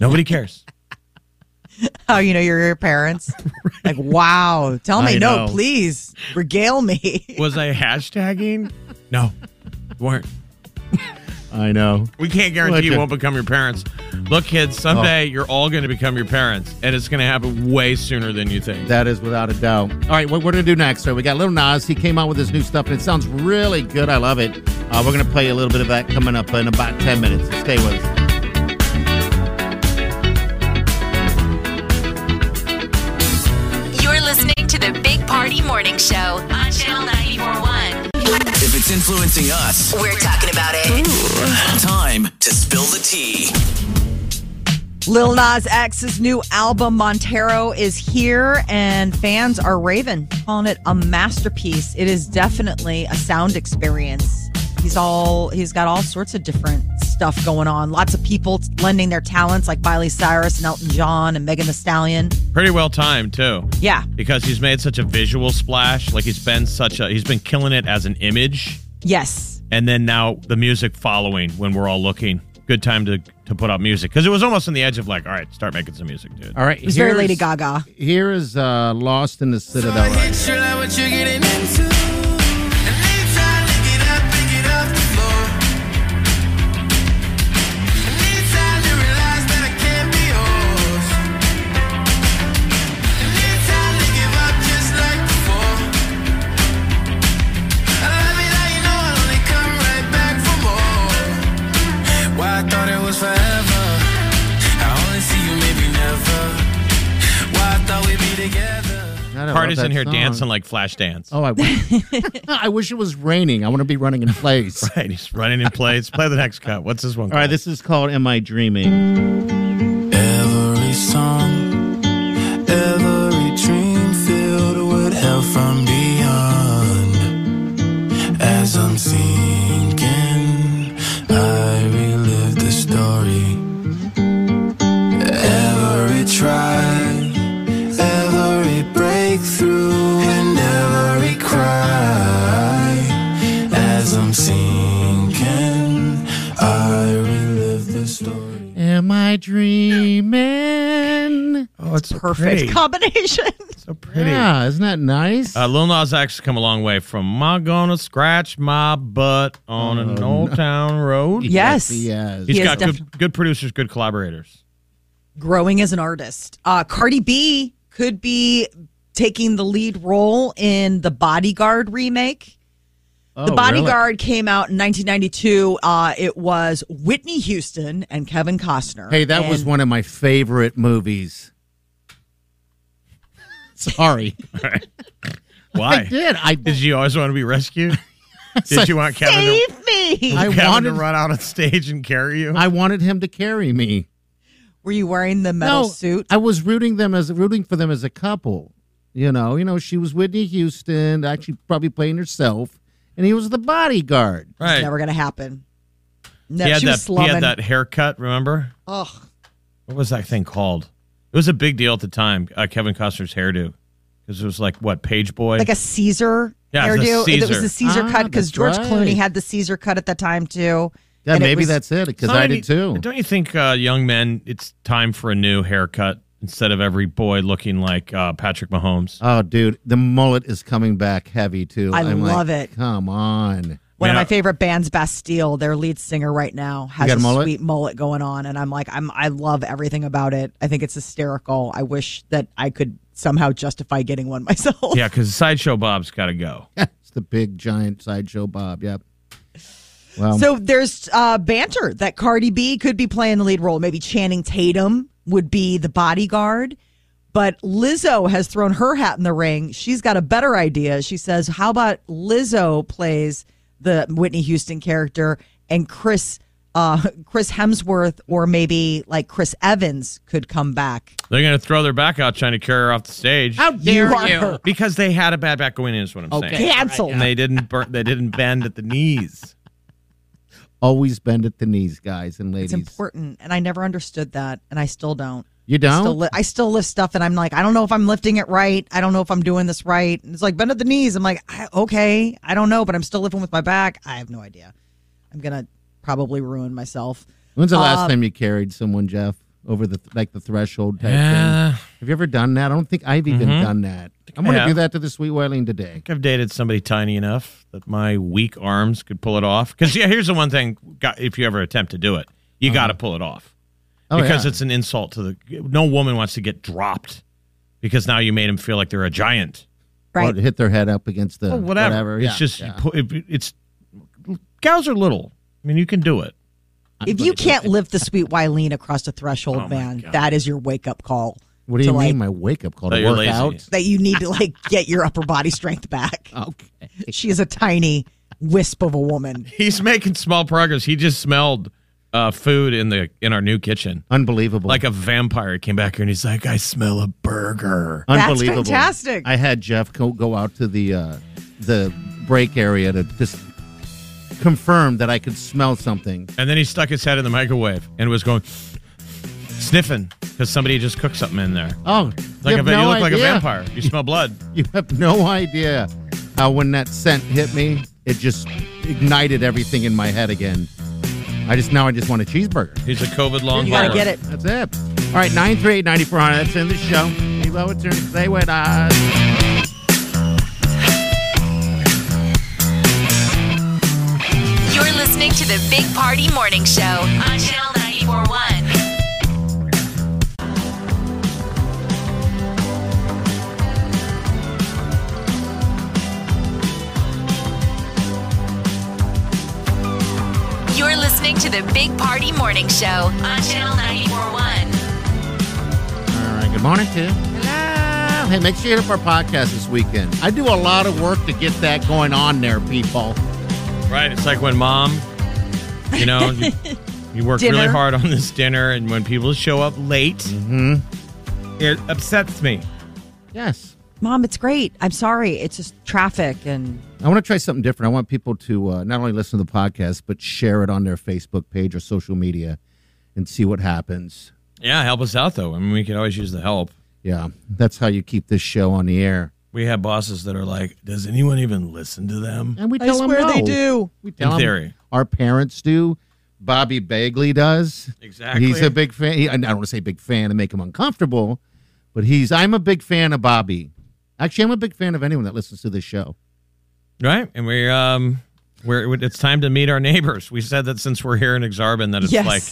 Speaker 5: Nobody cares.
Speaker 6: Oh, you know you're your parents. Like wow. Tell me
Speaker 4: I
Speaker 6: no,
Speaker 4: know.
Speaker 6: please regale me.
Speaker 5: Was I hashtagging? No, you weren't.
Speaker 4: I know.
Speaker 5: We can't guarantee you
Speaker 4: Gotcha.
Speaker 5: won't become your parents. Look, kids,
Speaker 4: Oh.
Speaker 5: someday you're all going to become your parents, and it's going to happen way sooner than you think.
Speaker 4: That is without a doubt. All right, what we're going to do next, so we got Little Nas. He came out with his new stuff, and it sounds really good. I love it. Uh, we're going to play a little bit of that coming up in about 10 minutes. So Stay with us.
Speaker 3: You're listening to the Big Party Morning Show on Channel 941.
Speaker 7: If it It's influencing us.
Speaker 3: We're talking about it.
Speaker 7: Time to spill the tea.
Speaker 6: Lil Nas X's new album Montero is here, and fans are raving, calling it a masterpiece. It is definitely a sound experience. He's all he's got all sorts of different stuff going on. Lots of people lending their talents, like Miley Cyrus and Elton John and Megan Thee Stallion.
Speaker 5: Pretty well timed too.
Speaker 6: Yeah,
Speaker 5: Because he's made such a visual splash. Like he's been such a he's been killing it as an image.
Speaker 6: yes,
Speaker 5: and then now the music following when we're all looking. Good time to to put out music because it was almost on the edge of like, all right, start making some music, dude.
Speaker 4: All right.
Speaker 6: it's very
Speaker 4: here's-
Speaker 6: Lady Gaga.
Speaker 4: Here is uh, Lost in the Citadel. right
Speaker 2: Hit you like what you're getting into. And they try to get up and get off the floor. And they try to realize that I can't be yours. And they try to give up just like before. I love you like you know I only come right back for more. Why I thought it was forever. I only see you maybe never. Why I thought we'd be together.
Speaker 4: now. I love
Speaker 5: Party's
Speaker 4: that
Speaker 5: in here
Speaker 4: song.
Speaker 5: dancing like flash dance.
Speaker 4: Oh, I wish, I wish it was raining. I want to be running in place.
Speaker 5: Right, he's running in plays. Play the next cut. What's this one?
Speaker 4: All right,
Speaker 5: called?
Speaker 4: this is called Am I Dreaming?
Speaker 2: Every song, every dream filled with hell from beyond. As I'm sinking, I relive the story. Every try, every breakthrough, and every cry. As I'm sinking, I relive the story.
Speaker 4: Am I dreaming?
Speaker 5: oh, it's so
Speaker 6: Perfect
Speaker 5: pretty.
Speaker 6: combination.
Speaker 5: So pretty.
Speaker 4: Yeah, isn't that nice?
Speaker 5: Uh, Lil Nas X has come a long way from "My Gonna Scratch My Butt on an
Speaker 4: Oh,
Speaker 5: Old Town Road."
Speaker 6: yes.
Speaker 4: yes.
Speaker 5: He's
Speaker 6: He is
Speaker 5: got good,
Speaker 6: definitely-
Speaker 5: good producers, good collaborators.
Speaker 6: growing as an artist. Uh, Cardi B could be taking the lead role in the Bodyguard remake.
Speaker 4: Oh,
Speaker 6: the
Speaker 4: really?
Speaker 6: Bodyguard came out in 1992. Uh, it was Whitney Houston and Kevin Costner.
Speaker 4: Hey, that was
Speaker 6: And
Speaker 4: one of my favorite movies. Sorry.
Speaker 5: Why
Speaker 4: I did. I
Speaker 5: Did you always want to be rescued? Did you want Kevin to,
Speaker 6: Save me!
Speaker 4: I
Speaker 5: Kevin
Speaker 4: wanted
Speaker 5: to run out on stage and carry you?
Speaker 4: I wanted him to carry me.
Speaker 6: Were you wearing the metal suit?
Speaker 4: I was rooting them as rooting for them as a couple. You know, you know, she was Whitney Houston, actually probably playing herself, and he was the bodyguard.
Speaker 5: right.
Speaker 6: Never gonna happen. No,
Speaker 5: He had,
Speaker 6: she was
Speaker 5: that, he
Speaker 6: slumming.
Speaker 5: had that haircut, remember?
Speaker 6: Ugh.
Speaker 5: What was that thing called? It was a big deal at the time, uh, Kevin Costner's hairdo. Because it was like, what, Page Boy?
Speaker 6: like a Caesar
Speaker 5: Yeah, it's a
Speaker 6: hairdo. It was
Speaker 5: Caesar.
Speaker 6: the Caesar
Speaker 4: Ah,
Speaker 6: cut because
Speaker 4: that's
Speaker 6: George
Speaker 4: right.
Speaker 6: Clooney had the Caesar cut at that time too.
Speaker 4: Yeah,
Speaker 6: And it
Speaker 4: maybe
Speaker 6: was-
Speaker 4: that's it because
Speaker 5: Don't
Speaker 4: I
Speaker 5: you-
Speaker 4: did too.
Speaker 5: Don't you think, uh, young men, it's time for a new haircut instead of every boy looking like uh, Patrick Mahomes?
Speaker 4: Oh, dude, the mullet is coming back heavy too.
Speaker 6: I
Speaker 4: I'm like,
Speaker 6: love it.
Speaker 4: Come on.
Speaker 6: One
Speaker 5: Man,
Speaker 6: of my
Speaker 5: I-
Speaker 6: favorite bands, Bastille, their lead singer right now has
Speaker 4: got
Speaker 6: a
Speaker 4: a mullet?
Speaker 6: sweet mullet going on, and I'm like, I'm I love everything about it. I think it's hysterical. I wish that I could somehow justify getting one myself.
Speaker 5: yeah, because Sideshow Bob's got to go.
Speaker 4: It's the big giant sideshow Bob. Yep. Well,
Speaker 6: So there's uh, banter that Cardi B could be playing the lead role. Maybe Channing Tatum would be the bodyguard. But Lizzo has thrown her hat in the ring. She's got a better idea. She says, How about Lizzo plays the Whitney Houston character and Chris uh, Chris Hemsworth or maybe like Chris Evans could come back.
Speaker 5: They're going to throw their back out trying to carry her off the stage.
Speaker 4: how dare
Speaker 6: You are
Speaker 4: you?
Speaker 6: her.
Speaker 5: because they had a bad back going in, is what I'm
Speaker 4: Okay.
Speaker 5: saying.
Speaker 6: Cancel.
Speaker 5: And they didn't burn, they didn't bend at the knees.
Speaker 4: Always bend at the knees, guys and ladies.
Speaker 6: It's important. And I never understood that. And I still don't.
Speaker 4: You don't?
Speaker 6: Still li- I still lift stuff, and I'm like, I don't know if I'm lifting it right. I don't know if I'm doing this right. And it's like bend at the knees. I'm like, I, okay, I don't know, but I'm still lifting with my back. I have no idea. I'm gonna probably ruin myself.
Speaker 4: When's the last time you carried someone, Jeff, over the like the threshold type thing?
Speaker 5: Yeah. Mm-hmm.
Speaker 4: Have you ever done that? I don't think I've even done that. I'm going to
Speaker 5: have.
Speaker 4: do that to the sweet Wileen today.
Speaker 5: think I've dated somebody tiny enough that my weak arms could pull it off. Because yeah, here's the one thing: got- if you ever attempt to do it, you got to pull it off
Speaker 4: Uh-huh. Oh,
Speaker 5: because
Speaker 4: yeah.
Speaker 5: it's an insult to the. No woman wants to get dropped because now you made him feel like they're a giant.
Speaker 6: Right.
Speaker 4: Or hit their head up against the
Speaker 5: Well,
Speaker 4: whatever. Yeah,
Speaker 5: Oh, it's just you
Speaker 4: yeah.
Speaker 5: pu- it, it's gals are little. I mean, you can do it.
Speaker 6: if you can't lift the sweet Wileen across a threshold,
Speaker 5: Oh my
Speaker 6: man,
Speaker 5: God.
Speaker 6: that is your wake up call.
Speaker 4: What do
Speaker 6: to,
Speaker 4: you
Speaker 6: like,
Speaker 4: mean? My wake up call
Speaker 5: That
Speaker 4: to
Speaker 5: Oh, you're
Speaker 4: work
Speaker 5: lazy.
Speaker 4: out?
Speaker 6: That you need to like get your upper body strength back.
Speaker 4: Okay.
Speaker 6: She is a tiny wisp of a woman.
Speaker 5: He's making small progress. He just smelled uh, food in the in our new kitchen.
Speaker 4: Unbelievable.
Speaker 5: Like a vampire came back here and he's like, I smell a burger.
Speaker 6: That's
Speaker 4: Unbelievable.
Speaker 6: fantastic.
Speaker 4: I had Jeff go, go out to the uh, the break area to just confirm that I could smell something.
Speaker 5: And then he stuck his head in the microwave and was going sniffing because somebody just cooked something in there.
Speaker 4: Oh,
Speaker 5: Like
Speaker 4: you,
Speaker 5: a,
Speaker 4: have
Speaker 5: va-
Speaker 4: no
Speaker 5: you look like a
Speaker 4: idea.
Speaker 5: vampire. You smell blood.
Speaker 4: You have no idea how when that scent hit me, it just ignited everything in my head again. I just now I just want a cheeseburger.
Speaker 5: He's a COVID long
Speaker 6: You gotta get it.
Speaker 4: That's it. All right, 938 9400. That's in the show. Hello, it's Stay with us.
Speaker 3: You're listening to the Big Party Morning Show on Channel 941. You're listening to the Big Party Morning Show on Channel 941.
Speaker 4: All right, good morning to you. Hello. Hey, make sure you hit up our podcast this weekend. I do a lot of work to get that going on there, people.
Speaker 5: Right. It's like when mom, you know, you, you work really
Speaker 6: Dinner.
Speaker 5: hard on this dinner, and when people show up late,
Speaker 4: Mm-hmm.
Speaker 5: it upsets me.
Speaker 4: Yes.
Speaker 6: Mom, it's great. I'm sorry. It's just traffic and
Speaker 4: I want to try something different. I want people to uh, not only listen to the podcast, but share it on their Facebook page or social media and see what happens.
Speaker 5: Yeah, help us out, though. I mean, we could always use the help.
Speaker 4: Yeah, that's how you keep this show on the air.
Speaker 5: We have bosses that are like, does anyone even listen to them?
Speaker 4: And we
Speaker 6: I
Speaker 4: tell
Speaker 6: swear
Speaker 4: them no.
Speaker 6: they do.
Speaker 4: We tell
Speaker 5: In
Speaker 4: them
Speaker 5: theory.
Speaker 4: our parents do. Bobby Bagley does.
Speaker 5: Exactly.
Speaker 4: He's a big fan. He, I don't want to say big fan and make him uncomfortable, but he's. I'm a big fan of Bobby. Actually, I'm a big fan of anyone that listens to this show.
Speaker 5: Right, and we're um, we're it's time to meet our neighbors. We said that since we're here in Exarban, that it's
Speaker 6: yes.
Speaker 5: like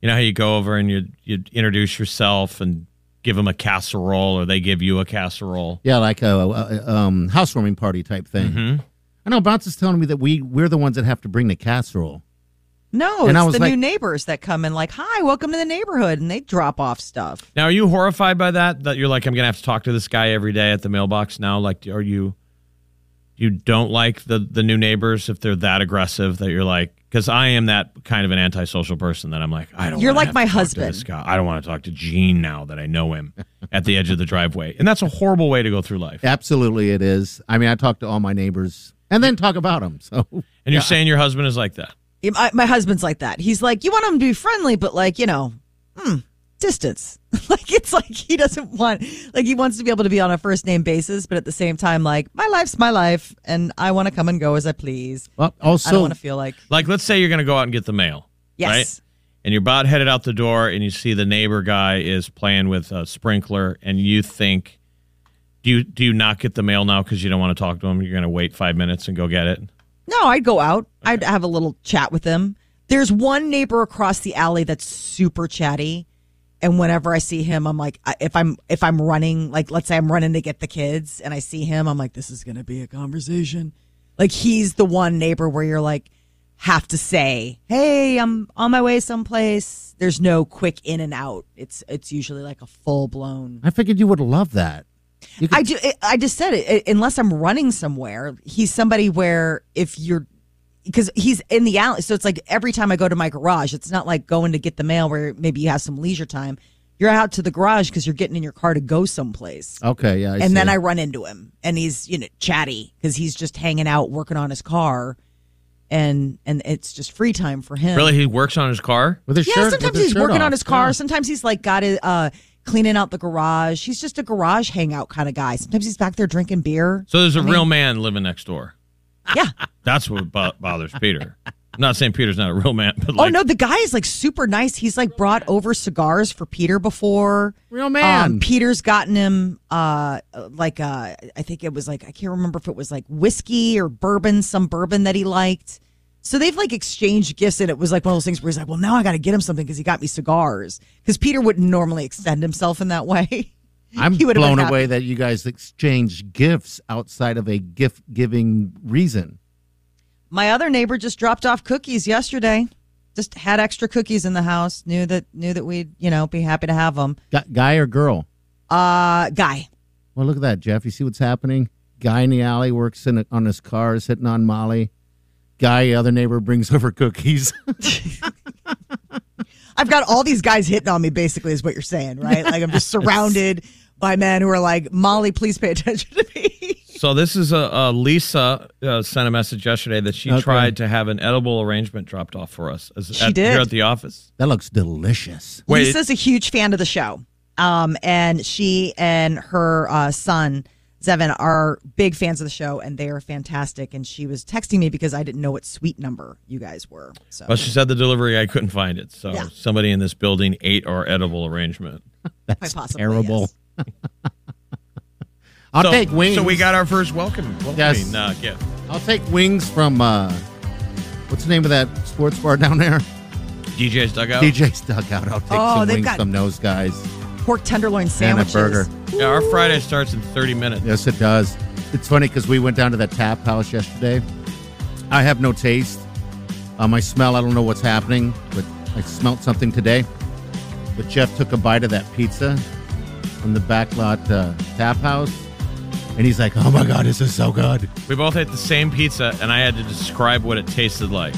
Speaker 5: you know how you go over and you you introduce yourself and give them a casserole, or they give you a casserole.
Speaker 4: Yeah, like a, a, a, um, housewarming party type thing. I know Bounce is telling me that we we're the ones that have to bring the casserole.
Speaker 6: no,
Speaker 4: And I
Speaker 6: it's
Speaker 4: was
Speaker 6: the
Speaker 4: like-
Speaker 6: new neighbors that come in like, "Hi, welcome to the neighborhood," and they drop off stuff.
Speaker 5: Now, are you horrified by that? That you're like, I'm gonna have to talk to this guy every day at the mailbox now. Like, are you you don't like the the new neighbors if they're that aggressive that you're like? Because I am that kind of an antisocial person that I'm like, I don't.
Speaker 6: You're
Speaker 5: wanna
Speaker 6: like
Speaker 5: have
Speaker 6: my
Speaker 5: to talk to
Speaker 6: husband.
Speaker 5: this guy. I don't want to talk to Gene now that I know him at the edge of the driveway, and that's a horrible way to go through life.
Speaker 4: Absolutely, it is. I mean, I talk to all my neighbors and then talk about them. So
Speaker 5: And you're saying your husband is like that.
Speaker 6: Yeah, My, my husband's like that. He's like, "You want him to be friendly, but like, you know, hmm, distance." like it's like he doesn't want like he wants to be able to be on a first name basis, but at the same time, like my life's my life, and I want to come and go as I please.
Speaker 4: Well,
Speaker 6: I don't
Speaker 4: also,
Speaker 6: want to feel like
Speaker 5: Like, let's say you're gonna go out and get the mail.
Speaker 6: yes.
Speaker 5: and you're about headed out the door and you see the neighbor guy is playing with a sprinkler and you think do you do you not get the mail now because you don't want to talk to him you're going to wait five minutes and go get it
Speaker 6: No, I'd go out. I'd have a little chat with him. There's one neighbor across the alley that's super chatty, and whenever I see him, I'm like, I- if I'm if I'm running, like let's say I'm running to get the kids, and I see him, I'm like, this is gonna be a conversation. Like he's the one neighbor where you're like, have to say, hey, I'm on my way someplace. There's no quick in and out. It's it's usually like a full blown
Speaker 4: I figured you would love that. You could-
Speaker 6: I do. I- I just said it. I- Unless I'm running somewhere, he's somebody where if you're, because he's in the alley, so it's like every time I go to my garage, it's not like going to get the mail where maybe you have some leisure time. You're out to the garage because you're getting in your car to go someplace,
Speaker 4: okay, yeah. I
Speaker 6: and then
Speaker 4: see.
Speaker 6: I run into him, and he's you know chatty because he's just hanging out working on his car, and and it's just free time for him.
Speaker 5: really he works on his car
Speaker 4: with his
Speaker 6: Yeah,
Speaker 4: shirt. with
Speaker 6: sometimes
Speaker 4: his
Speaker 6: he's
Speaker 4: shirt
Speaker 6: working
Speaker 4: off.
Speaker 6: on his car.
Speaker 4: Yeah.
Speaker 6: Sometimes he's like got it uh, cleaning out the garage. He's just a garage hangout kind of guy. Sometimes he's back there drinking beer.
Speaker 5: so there's a real man living next door
Speaker 6: Yeah.
Speaker 5: that's what bo- bothers peter i'm not saying peter's not a real man but
Speaker 6: oh
Speaker 5: like
Speaker 6: no, the guy is like super nice. He's like brought over cigars for Peter before.
Speaker 4: Real man.
Speaker 6: Um, Peter's gotten him uh like uh I think it was like I can't remember if it was like whiskey or bourbon, some bourbon that he liked. So they've like exchanged gifts, and it was like one of those things where he's like, "Well, now I got to get him something because he got me cigars." Because Peter wouldn't normally extend himself in that way.
Speaker 4: I'm
Speaker 6: He would've been
Speaker 4: blown
Speaker 6: happy.
Speaker 4: away that you guys exchange gifts outside of a gift giving reason.
Speaker 6: My other neighbor just dropped off cookies yesterday. Just had extra cookies in the house. Knew that knew that we'd you know be happy to have them.
Speaker 4: Gu guy or girl?
Speaker 6: Uh, guy.
Speaker 4: Well, look at that, Jeff. You see what's happening? Guy in the alley works in on his car, is hitting on Molly. guy, other neighbor brings over cookies.
Speaker 6: I've got all these guys hitting on me, basically, is what you're saying, right? Like, I'm just surrounded by men who are like, Molly, please pay attention to me.
Speaker 5: So this is a, a Lisa uh, sent a message yesterday that she
Speaker 4: Okay.
Speaker 5: tried to have an edible arrangement dropped off for us. as-
Speaker 6: She
Speaker 5: at,
Speaker 6: did.
Speaker 5: here at the office.
Speaker 4: that looks delicious.
Speaker 5: Wait.
Speaker 6: Lisa's a huge fan of the show. Um, and she and her uh, son, Zevin, are big fans of the show, and they are fantastic. And she was texting me because I didn't know what sweet number you guys were. So
Speaker 5: But she said the delivery I couldn't find it. So
Speaker 6: Yeah.
Speaker 5: somebody in this building ate our edible arrangement.
Speaker 6: quite possibly,
Speaker 4: Terrible.
Speaker 6: yes.
Speaker 4: I'll
Speaker 5: so,
Speaker 4: take wings.
Speaker 5: So we got our first welcome. welcoming,
Speaker 4: Yes.
Speaker 5: Uh, gift.
Speaker 4: I'll take wings from uh, what's the name of that sports bar down there?
Speaker 5: DJ's dugout.
Speaker 4: DJ's Dugout. I'll take
Speaker 6: Oh,
Speaker 4: some
Speaker 6: they've
Speaker 4: wings
Speaker 6: got
Speaker 4: from those guys
Speaker 6: Pork tenderloin
Speaker 4: and a
Speaker 6: sandwiches.
Speaker 4: burger.
Speaker 5: Yeah, our Friday starts in 30 minutes.
Speaker 4: Yes, it does. It's funny because we went down to that tap house yesterday. I have no taste. Um, I smell. I don't know what's happening, but I smelt something today. But Jeff took a bite of that pizza from the backlot uh, tap house, and he's like, "Oh my god, this is so good!"
Speaker 5: We both ate the same pizza, and I had to describe what it tasted like.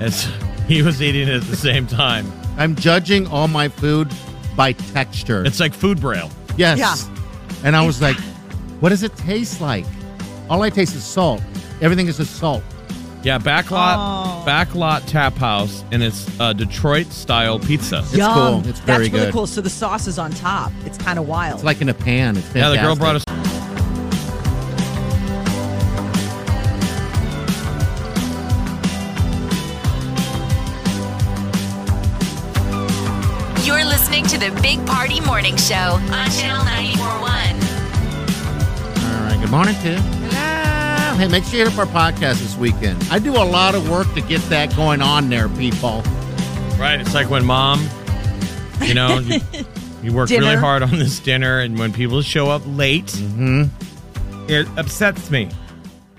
Speaker 5: As he was eating it at the same time.
Speaker 4: I'm judging all my food by texture.
Speaker 5: It's like food braille.
Speaker 4: yes.
Speaker 6: Yeah.
Speaker 4: And I was like, "What does it taste like?" All I taste is salt. Everything is just salt.
Speaker 5: Yeah, backlot, backlot tap house, and it's uh, Detroit style pizza.
Speaker 4: It's
Speaker 6: Yum.
Speaker 4: cool. It's
Speaker 6: That's
Speaker 4: very
Speaker 6: really
Speaker 4: good.
Speaker 6: cool. So the sauce is on top. It's kind of wild.
Speaker 4: It's like in a pan. It's
Speaker 5: Yeah,
Speaker 4: fantastic.
Speaker 5: the girl brought us.
Speaker 3: You're listening to the Big Party Morning Show on Channel 941.
Speaker 4: All right. Good morning, Tim. Hello. Hey, make sure you hit up our podcast this weekend. I do a lot of work to get that going on there, people.
Speaker 5: Right, it's like when mom, you know, you, you work really
Speaker 6: Dinner.
Speaker 5: hard on this dinner, and when people show up late, it upsets me.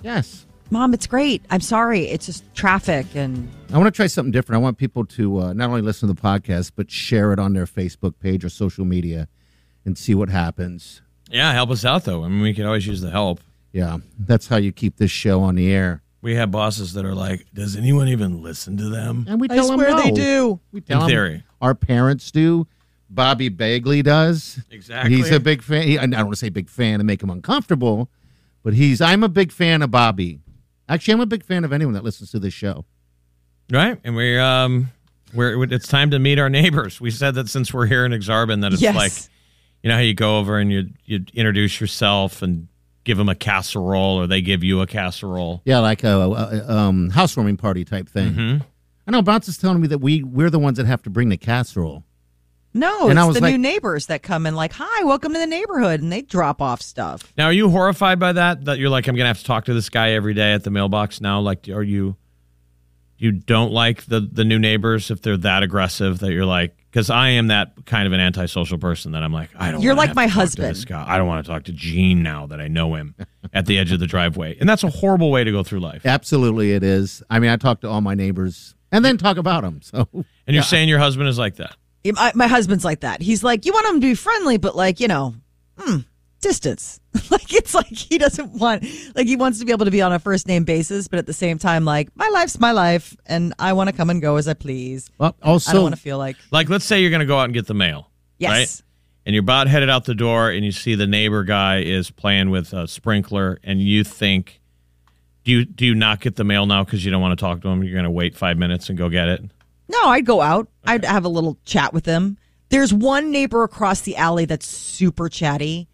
Speaker 4: Yes.
Speaker 6: Mom, it's great. I'm sorry. It's just traffic and
Speaker 4: I want to try something different. I want people to uh, not only listen to the podcast, but share it on their Facebook page or social media and see what happens.
Speaker 5: Yeah, help us out though. I mean, we could always use the help.
Speaker 4: Yeah. That's how you keep this show on the air.
Speaker 5: We have bosses that are like, "Does anyone even listen to them?"
Speaker 4: And we tell them no. We tell
Speaker 5: In
Speaker 4: 'em
Speaker 5: theory.
Speaker 4: our parents do. Bobby Bagley does.
Speaker 5: Exactly.
Speaker 4: He's a big fan. He, I don't want to say big fan and make him uncomfortable, but he's. I'm a big fan of Bobby. Actually, I'm a big fan of anyone that listens to this show.
Speaker 5: Right, and we're um, we're it's time to meet our neighbors. We said that since we're here in Exarban, that it's
Speaker 6: yes.
Speaker 5: like you know how you go over and you you introduce yourself and give them a casserole, or they give you a casserole.
Speaker 4: Yeah, like a, a, a, um, housewarming party type thing.
Speaker 5: Mm-hmm.
Speaker 4: I know Bounce is telling me that we we're the ones that have to bring the casserole.
Speaker 6: no,
Speaker 4: And I
Speaker 6: it's
Speaker 4: was
Speaker 6: the
Speaker 4: like-
Speaker 6: new neighbors that come in like, hi, welcome to the neighborhood. And they drop off stuff.
Speaker 5: Now, are you horrified by that? That you're like, I'm gonna have to talk to this guy every day at the mailbox now. Like, are you you don't like the the new neighbors if they're that aggressive that you're like? Because I am that kind of an antisocial person that I'm like, I don't.
Speaker 6: You're
Speaker 5: wanna
Speaker 6: like
Speaker 5: have
Speaker 6: my
Speaker 5: to talk to
Speaker 6: husband.
Speaker 5: this guy. I don't want to talk to Gene now that I know him at the edge of the driveway, and that's a horrible way to go through life.
Speaker 4: Absolutely, it is. I mean, I talk to all my neighbors and then talk about them. So
Speaker 5: And you're saying your husband is like that.
Speaker 6: My, my husband's like that. He's like, you want him to be friendly, but like, you know, hmm, distance. like, it's like he doesn't want, like, he wants to be able to be on a first name basis, but at the same time, like, my life's my life, and I want to come and go as I please.
Speaker 4: well,
Speaker 6: I don't
Speaker 4: also
Speaker 6: want to feel like,
Speaker 5: Like, let's say you're gonna go out and get the mail.
Speaker 6: yes.
Speaker 5: Right? and you're about headed out the door and you see the neighbor guy is playing with a sprinkler and you think do you do you not get the mail now because you don't want to talk to him you're going to wait five minutes and go get it
Speaker 6: No, I'd go out. I'd have a little chat with them. There's one neighbor across the alley that's super chatty,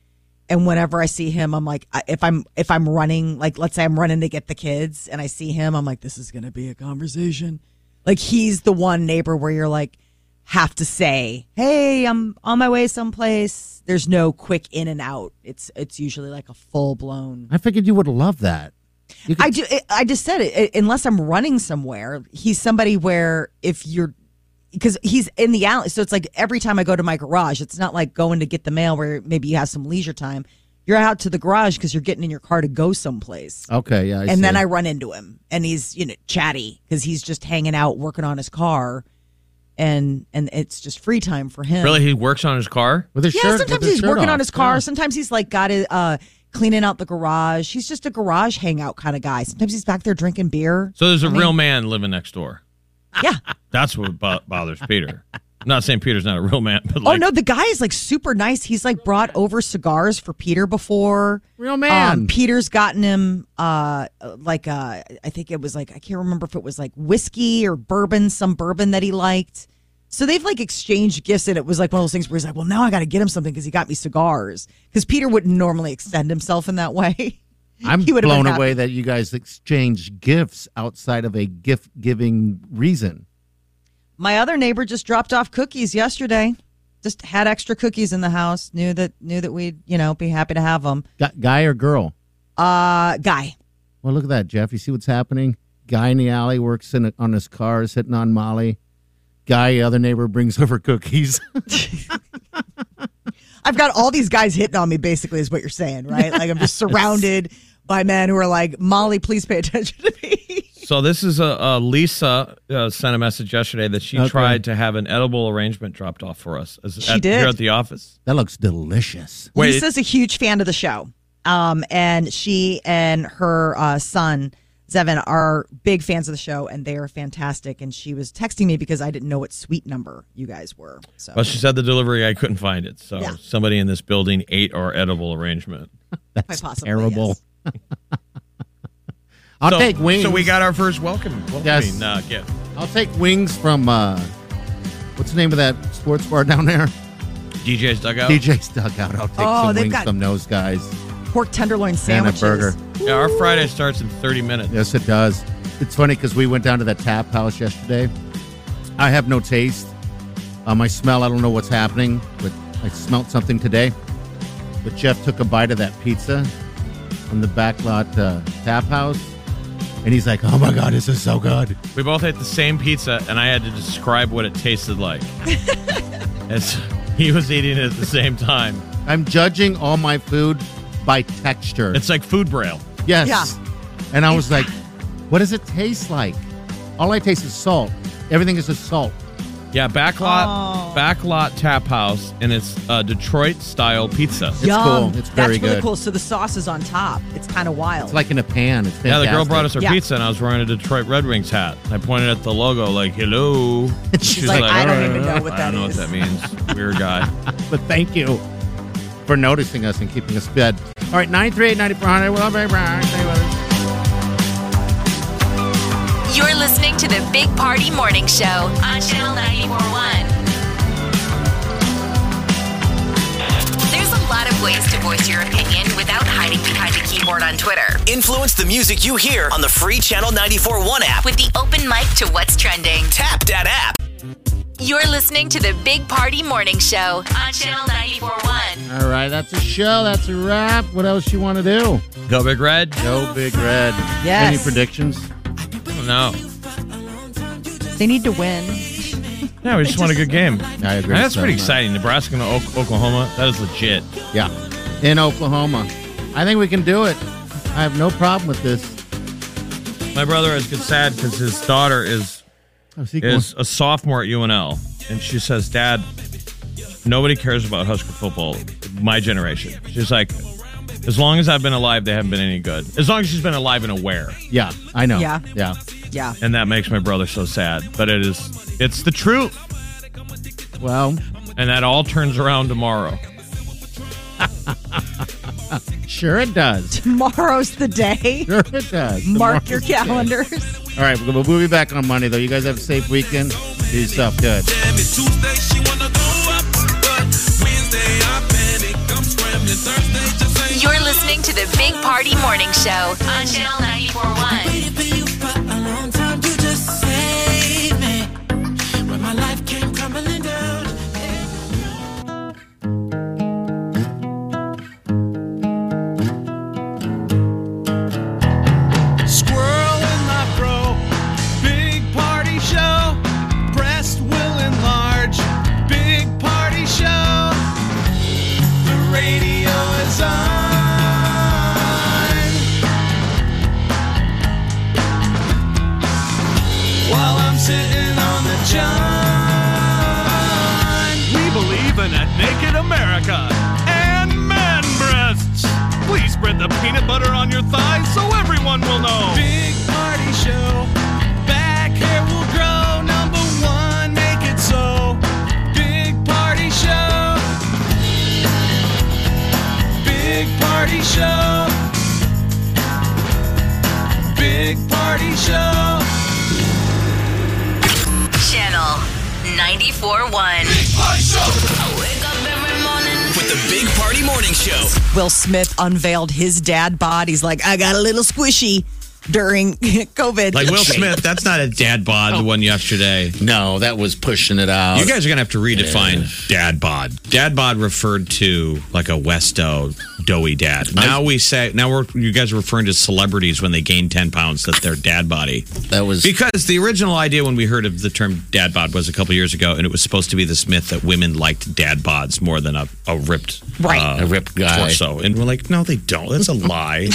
Speaker 6: and whenever I see him, I'm like, I- if I'm if I'm running, like let's say I'm running to get the kids, and I see him, I'm like, this is gonna be a conversation. Like he's the one neighbor where you're like, have to say, hey, I'm on my way someplace. There's no quick in and out. It's it's usually like a full blown.
Speaker 4: I figured you would love that. You could-
Speaker 6: I do. I- I just said it. I- Unless I'm running somewhere, he's somebody where if you're, because he's in the alley, so it's like every time I go to my garage, it's not like going to get the mail where maybe you have some leisure time. You're out to the garage because you're getting in your car to go someplace,
Speaker 4: okay, yeah. Oh, I
Speaker 6: and then
Speaker 4: see.
Speaker 6: I run into him, and he's you know chatty because he's just hanging out working on his car, and and it's just free time for him.
Speaker 5: really he works on his car
Speaker 4: with his
Speaker 6: Yeah,
Speaker 4: shirt- with
Speaker 6: sometimes
Speaker 4: his
Speaker 6: he's
Speaker 4: shirt
Speaker 6: working
Speaker 4: off.
Speaker 6: on his car.
Speaker 4: Yeah.
Speaker 6: Sometimes he's like got it uh, cleaning out the garage. He's just a garage hangout kind of guy. Sometimes he's back there drinking beer.
Speaker 5: So there's a real man living next door.
Speaker 6: Yeah.
Speaker 5: That's what bo- bothers Peter. I'm not saying Peter's not a real man, but
Speaker 6: oh
Speaker 5: like,
Speaker 6: no, the guy is like super nice. He's like brought over cigars for Peter before. Um,
Speaker 4: Real man.
Speaker 6: Peter's gotten him uh like uh I think it was like I can't remember if it was like whiskey or bourbon, some bourbon that he liked. So they've like exchanged gifts, and it was like one of those things where he's like, "Well, now I got to get him something because he got me cigars." Because Peter wouldn't normally extend himself in that way.
Speaker 4: I'm
Speaker 6: He would've been
Speaker 4: blown
Speaker 6: happy.
Speaker 4: away that you guys exchange gifts outside of a gift giving reason.
Speaker 6: My other neighbor just dropped off cookies yesterday. Just had extra cookies in the house. Knew that knew that we'd you know be happy to have them.
Speaker 4: Gu- guy or girl?
Speaker 6: Uh, guy.
Speaker 4: Well, look at that, Jeff. You see what's happening? Guy in the alley works in on his car, is hitting on Molly. Guy, other neighbor, brings over cookies.
Speaker 6: I've got all these guys hitting on me, basically, is what you're saying, right? Like, I'm just surrounded by men who are like, Molly, please pay attention to me.
Speaker 5: so this is a, uh Lisa uh, sent a message yesterday that she
Speaker 4: Okay.
Speaker 5: tried to have an edible arrangement dropped off for us. as-
Speaker 6: She
Speaker 5: at,
Speaker 6: did.
Speaker 5: here at the office.
Speaker 4: that looks delicious.
Speaker 5: Wait.
Speaker 6: Lisa's a huge fan of the show. Um, and she and her uh, son, Zevin, are big fans of the show, and they are fantastic. And she was texting me because I didn't know what sweet number you guys were. So
Speaker 5: Well, she said the delivery I couldn't find it. So
Speaker 6: Yeah.
Speaker 5: somebody in this building ate our edible arrangement.
Speaker 6: quite possibly.
Speaker 4: Terrible.
Speaker 6: yes.
Speaker 4: I'll
Speaker 5: So-
Speaker 4: take wings.
Speaker 5: So we got our first welcome. welcoming
Speaker 4: Yes.
Speaker 5: uh, gift.
Speaker 4: I'll take wings from uh, what's the name of that sports bar down there?
Speaker 5: DJ's dugout.
Speaker 4: DJ's Dugout. I'll take
Speaker 6: Oh,
Speaker 4: some
Speaker 6: they've
Speaker 4: wings
Speaker 6: got-
Speaker 4: from those guys
Speaker 6: Pork tenderloin
Speaker 4: and a
Speaker 6: sandwiches.
Speaker 4: burger.
Speaker 5: Yeah, our Friday starts in 30 minutes.
Speaker 4: Yes, it does. It's funny because we went down to that tap house yesterday. I have no taste. Um, I smell. I don't know what's happening, but I smelt something today. But Jeff took a bite of that pizza from the backlot uh, tap house, and he's like, "Oh my god, this is so good."
Speaker 5: We both ate the same pizza, and I had to describe what it tasted like. As he was eating it at the same time.
Speaker 4: I'm judging all my food by texture.
Speaker 5: It's like food braille.
Speaker 4: yes.
Speaker 6: Yeah.
Speaker 4: And I was like, "What does it taste like?" All I taste is salt. Everything is just salt.
Speaker 5: Yeah, backlot, backlot tap house, and it's uh, Detroit style pizza.
Speaker 4: It's
Speaker 6: Yum.
Speaker 4: cool.
Speaker 6: That's
Speaker 4: It's very
Speaker 6: really
Speaker 4: good.
Speaker 6: cool. So the sauce is on top. It's kind of wild.
Speaker 4: It's like in a pan. It's
Speaker 5: Yeah, the girl
Speaker 4: fantastic.
Speaker 5: brought us her
Speaker 6: Yeah.
Speaker 5: pizza, and I was wearing a Detroit Red Wings hat. I pointed at the logo, like "Hello." She's
Speaker 6: like, "I don't even know what
Speaker 5: I
Speaker 6: that
Speaker 5: don't know
Speaker 6: is."
Speaker 5: what that means. Weird guy.
Speaker 4: but thank you for noticing us and keeping us fed. All right, 938 9400. We'll be back. Stay with us.
Speaker 3: You're listening to the Big Party Morning Show on Channel 941. There's a lot of ways to voice your opinion without hiding behind a keyboard on Twitter.
Speaker 7: Influence the music you hear on the free Channel 94.1 app.
Speaker 3: With the open mic to what's trending.
Speaker 7: Tap that app.
Speaker 3: You're listening to the Big Party Morning Show on Channel 941.
Speaker 4: All right, that's a show. That's a wrap. What else you want to do?
Speaker 5: Go Big Red.
Speaker 4: Go Big Red.
Speaker 6: Yes.
Speaker 4: Any predictions?
Speaker 5: No.
Speaker 6: they need to win.
Speaker 5: Yeah, we just won a good game.
Speaker 4: I agree.
Speaker 5: that's
Speaker 4: So,
Speaker 5: pretty
Speaker 4: uh,
Speaker 5: exciting. Nebraska and O- Oklahoma. That is legit.
Speaker 4: Yeah. In Oklahoma. I think we can do it. I have no problem with this.
Speaker 5: My brother is good sad because his daughter is
Speaker 4: Oh, see,
Speaker 5: is a sophomore at UNL, and she says, "Dad, nobody cares about Husker football. My generation." She's like, "As long as I've been alive, they haven't been any good. As long as she's been alive and aware."
Speaker 4: yeah, I know.
Speaker 6: Yeah.
Speaker 4: Yeah.
Speaker 6: Yeah.
Speaker 5: And that makes my brother so sad, but it is it's the truth,
Speaker 4: Well,
Speaker 5: and that all turns around tomorrow.
Speaker 4: sure it does.
Speaker 6: Tomorrow's the day.
Speaker 4: Sure it does.
Speaker 6: Mark
Speaker 4: Tomorrow's
Speaker 6: your
Speaker 4: the day.
Speaker 6: calendars.
Speaker 4: All right, we'll we'll be back on Monday, though. You guys have a safe weekend. Do yourself good.
Speaker 2: Damn it, Tuesday she wanna go up, but Wednesday I panic. I'm scrambling. Thursday just ain't.
Speaker 3: You're listening to the Big Party Morning Show on Channel 941.
Speaker 2: Baby, you for a long time. You just saved me when my life came crumbling down. Squirrel in my bro, big party show. Breast will enlarge, big party show. The radio is on. Party Show.
Speaker 3: Channel 94.1. Wake up every morning.
Speaker 7: With the Big Party Morning Show.
Speaker 6: Will Smith unveiled his dad bod. He's like, I got a little squishy during COVID.
Speaker 5: Like Will Smith, that's not a dad bod, the one yesterday.
Speaker 11: No, that was pushing it out.
Speaker 4: Uh,
Speaker 5: You guys are going to have to redefine dad bod. Dad bod referred to like a Westo doughy dad. Now we say, now we're, you guys are referring to celebrities when they gain 10 pounds that they're dad body.
Speaker 11: that was
Speaker 5: Because the original idea when we heard of the term dad bod was a couple years ago, and it was supposed to be this myth that women liked dad bods more than a, a ripped
Speaker 6: Right.
Speaker 5: uh,
Speaker 11: a ripped guy.
Speaker 5: torso. And we're like, no, they don't. That's a lie.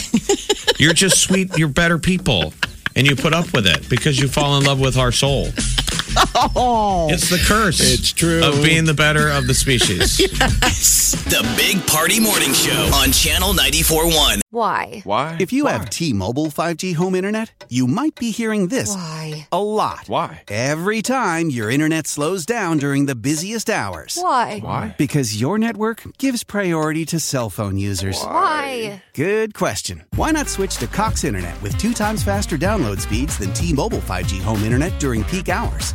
Speaker 5: you're just sweet. You're better people. And you put up with it because you fall in love with our soul. It's the curse.
Speaker 11: Oh. It's true.
Speaker 5: Of being the better of the species.
Speaker 7: The Big Party Morning Show on Channel 94.1.
Speaker 12: Why?
Speaker 13: Why? If you have T-Mobile 5G home internet, you might be hearing this
Speaker 12: Why?
Speaker 13: a lot. Why? Every time your internet slows down during the busiest hours.
Speaker 12: Why?
Speaker 13: Because your network gives priority to cell phone users.
Speaker 12: Why?
Speaker 13: Good question. Why not switch to Cox Internet with two times faster download speeds than T-Mobile 5G home internet during peak hours?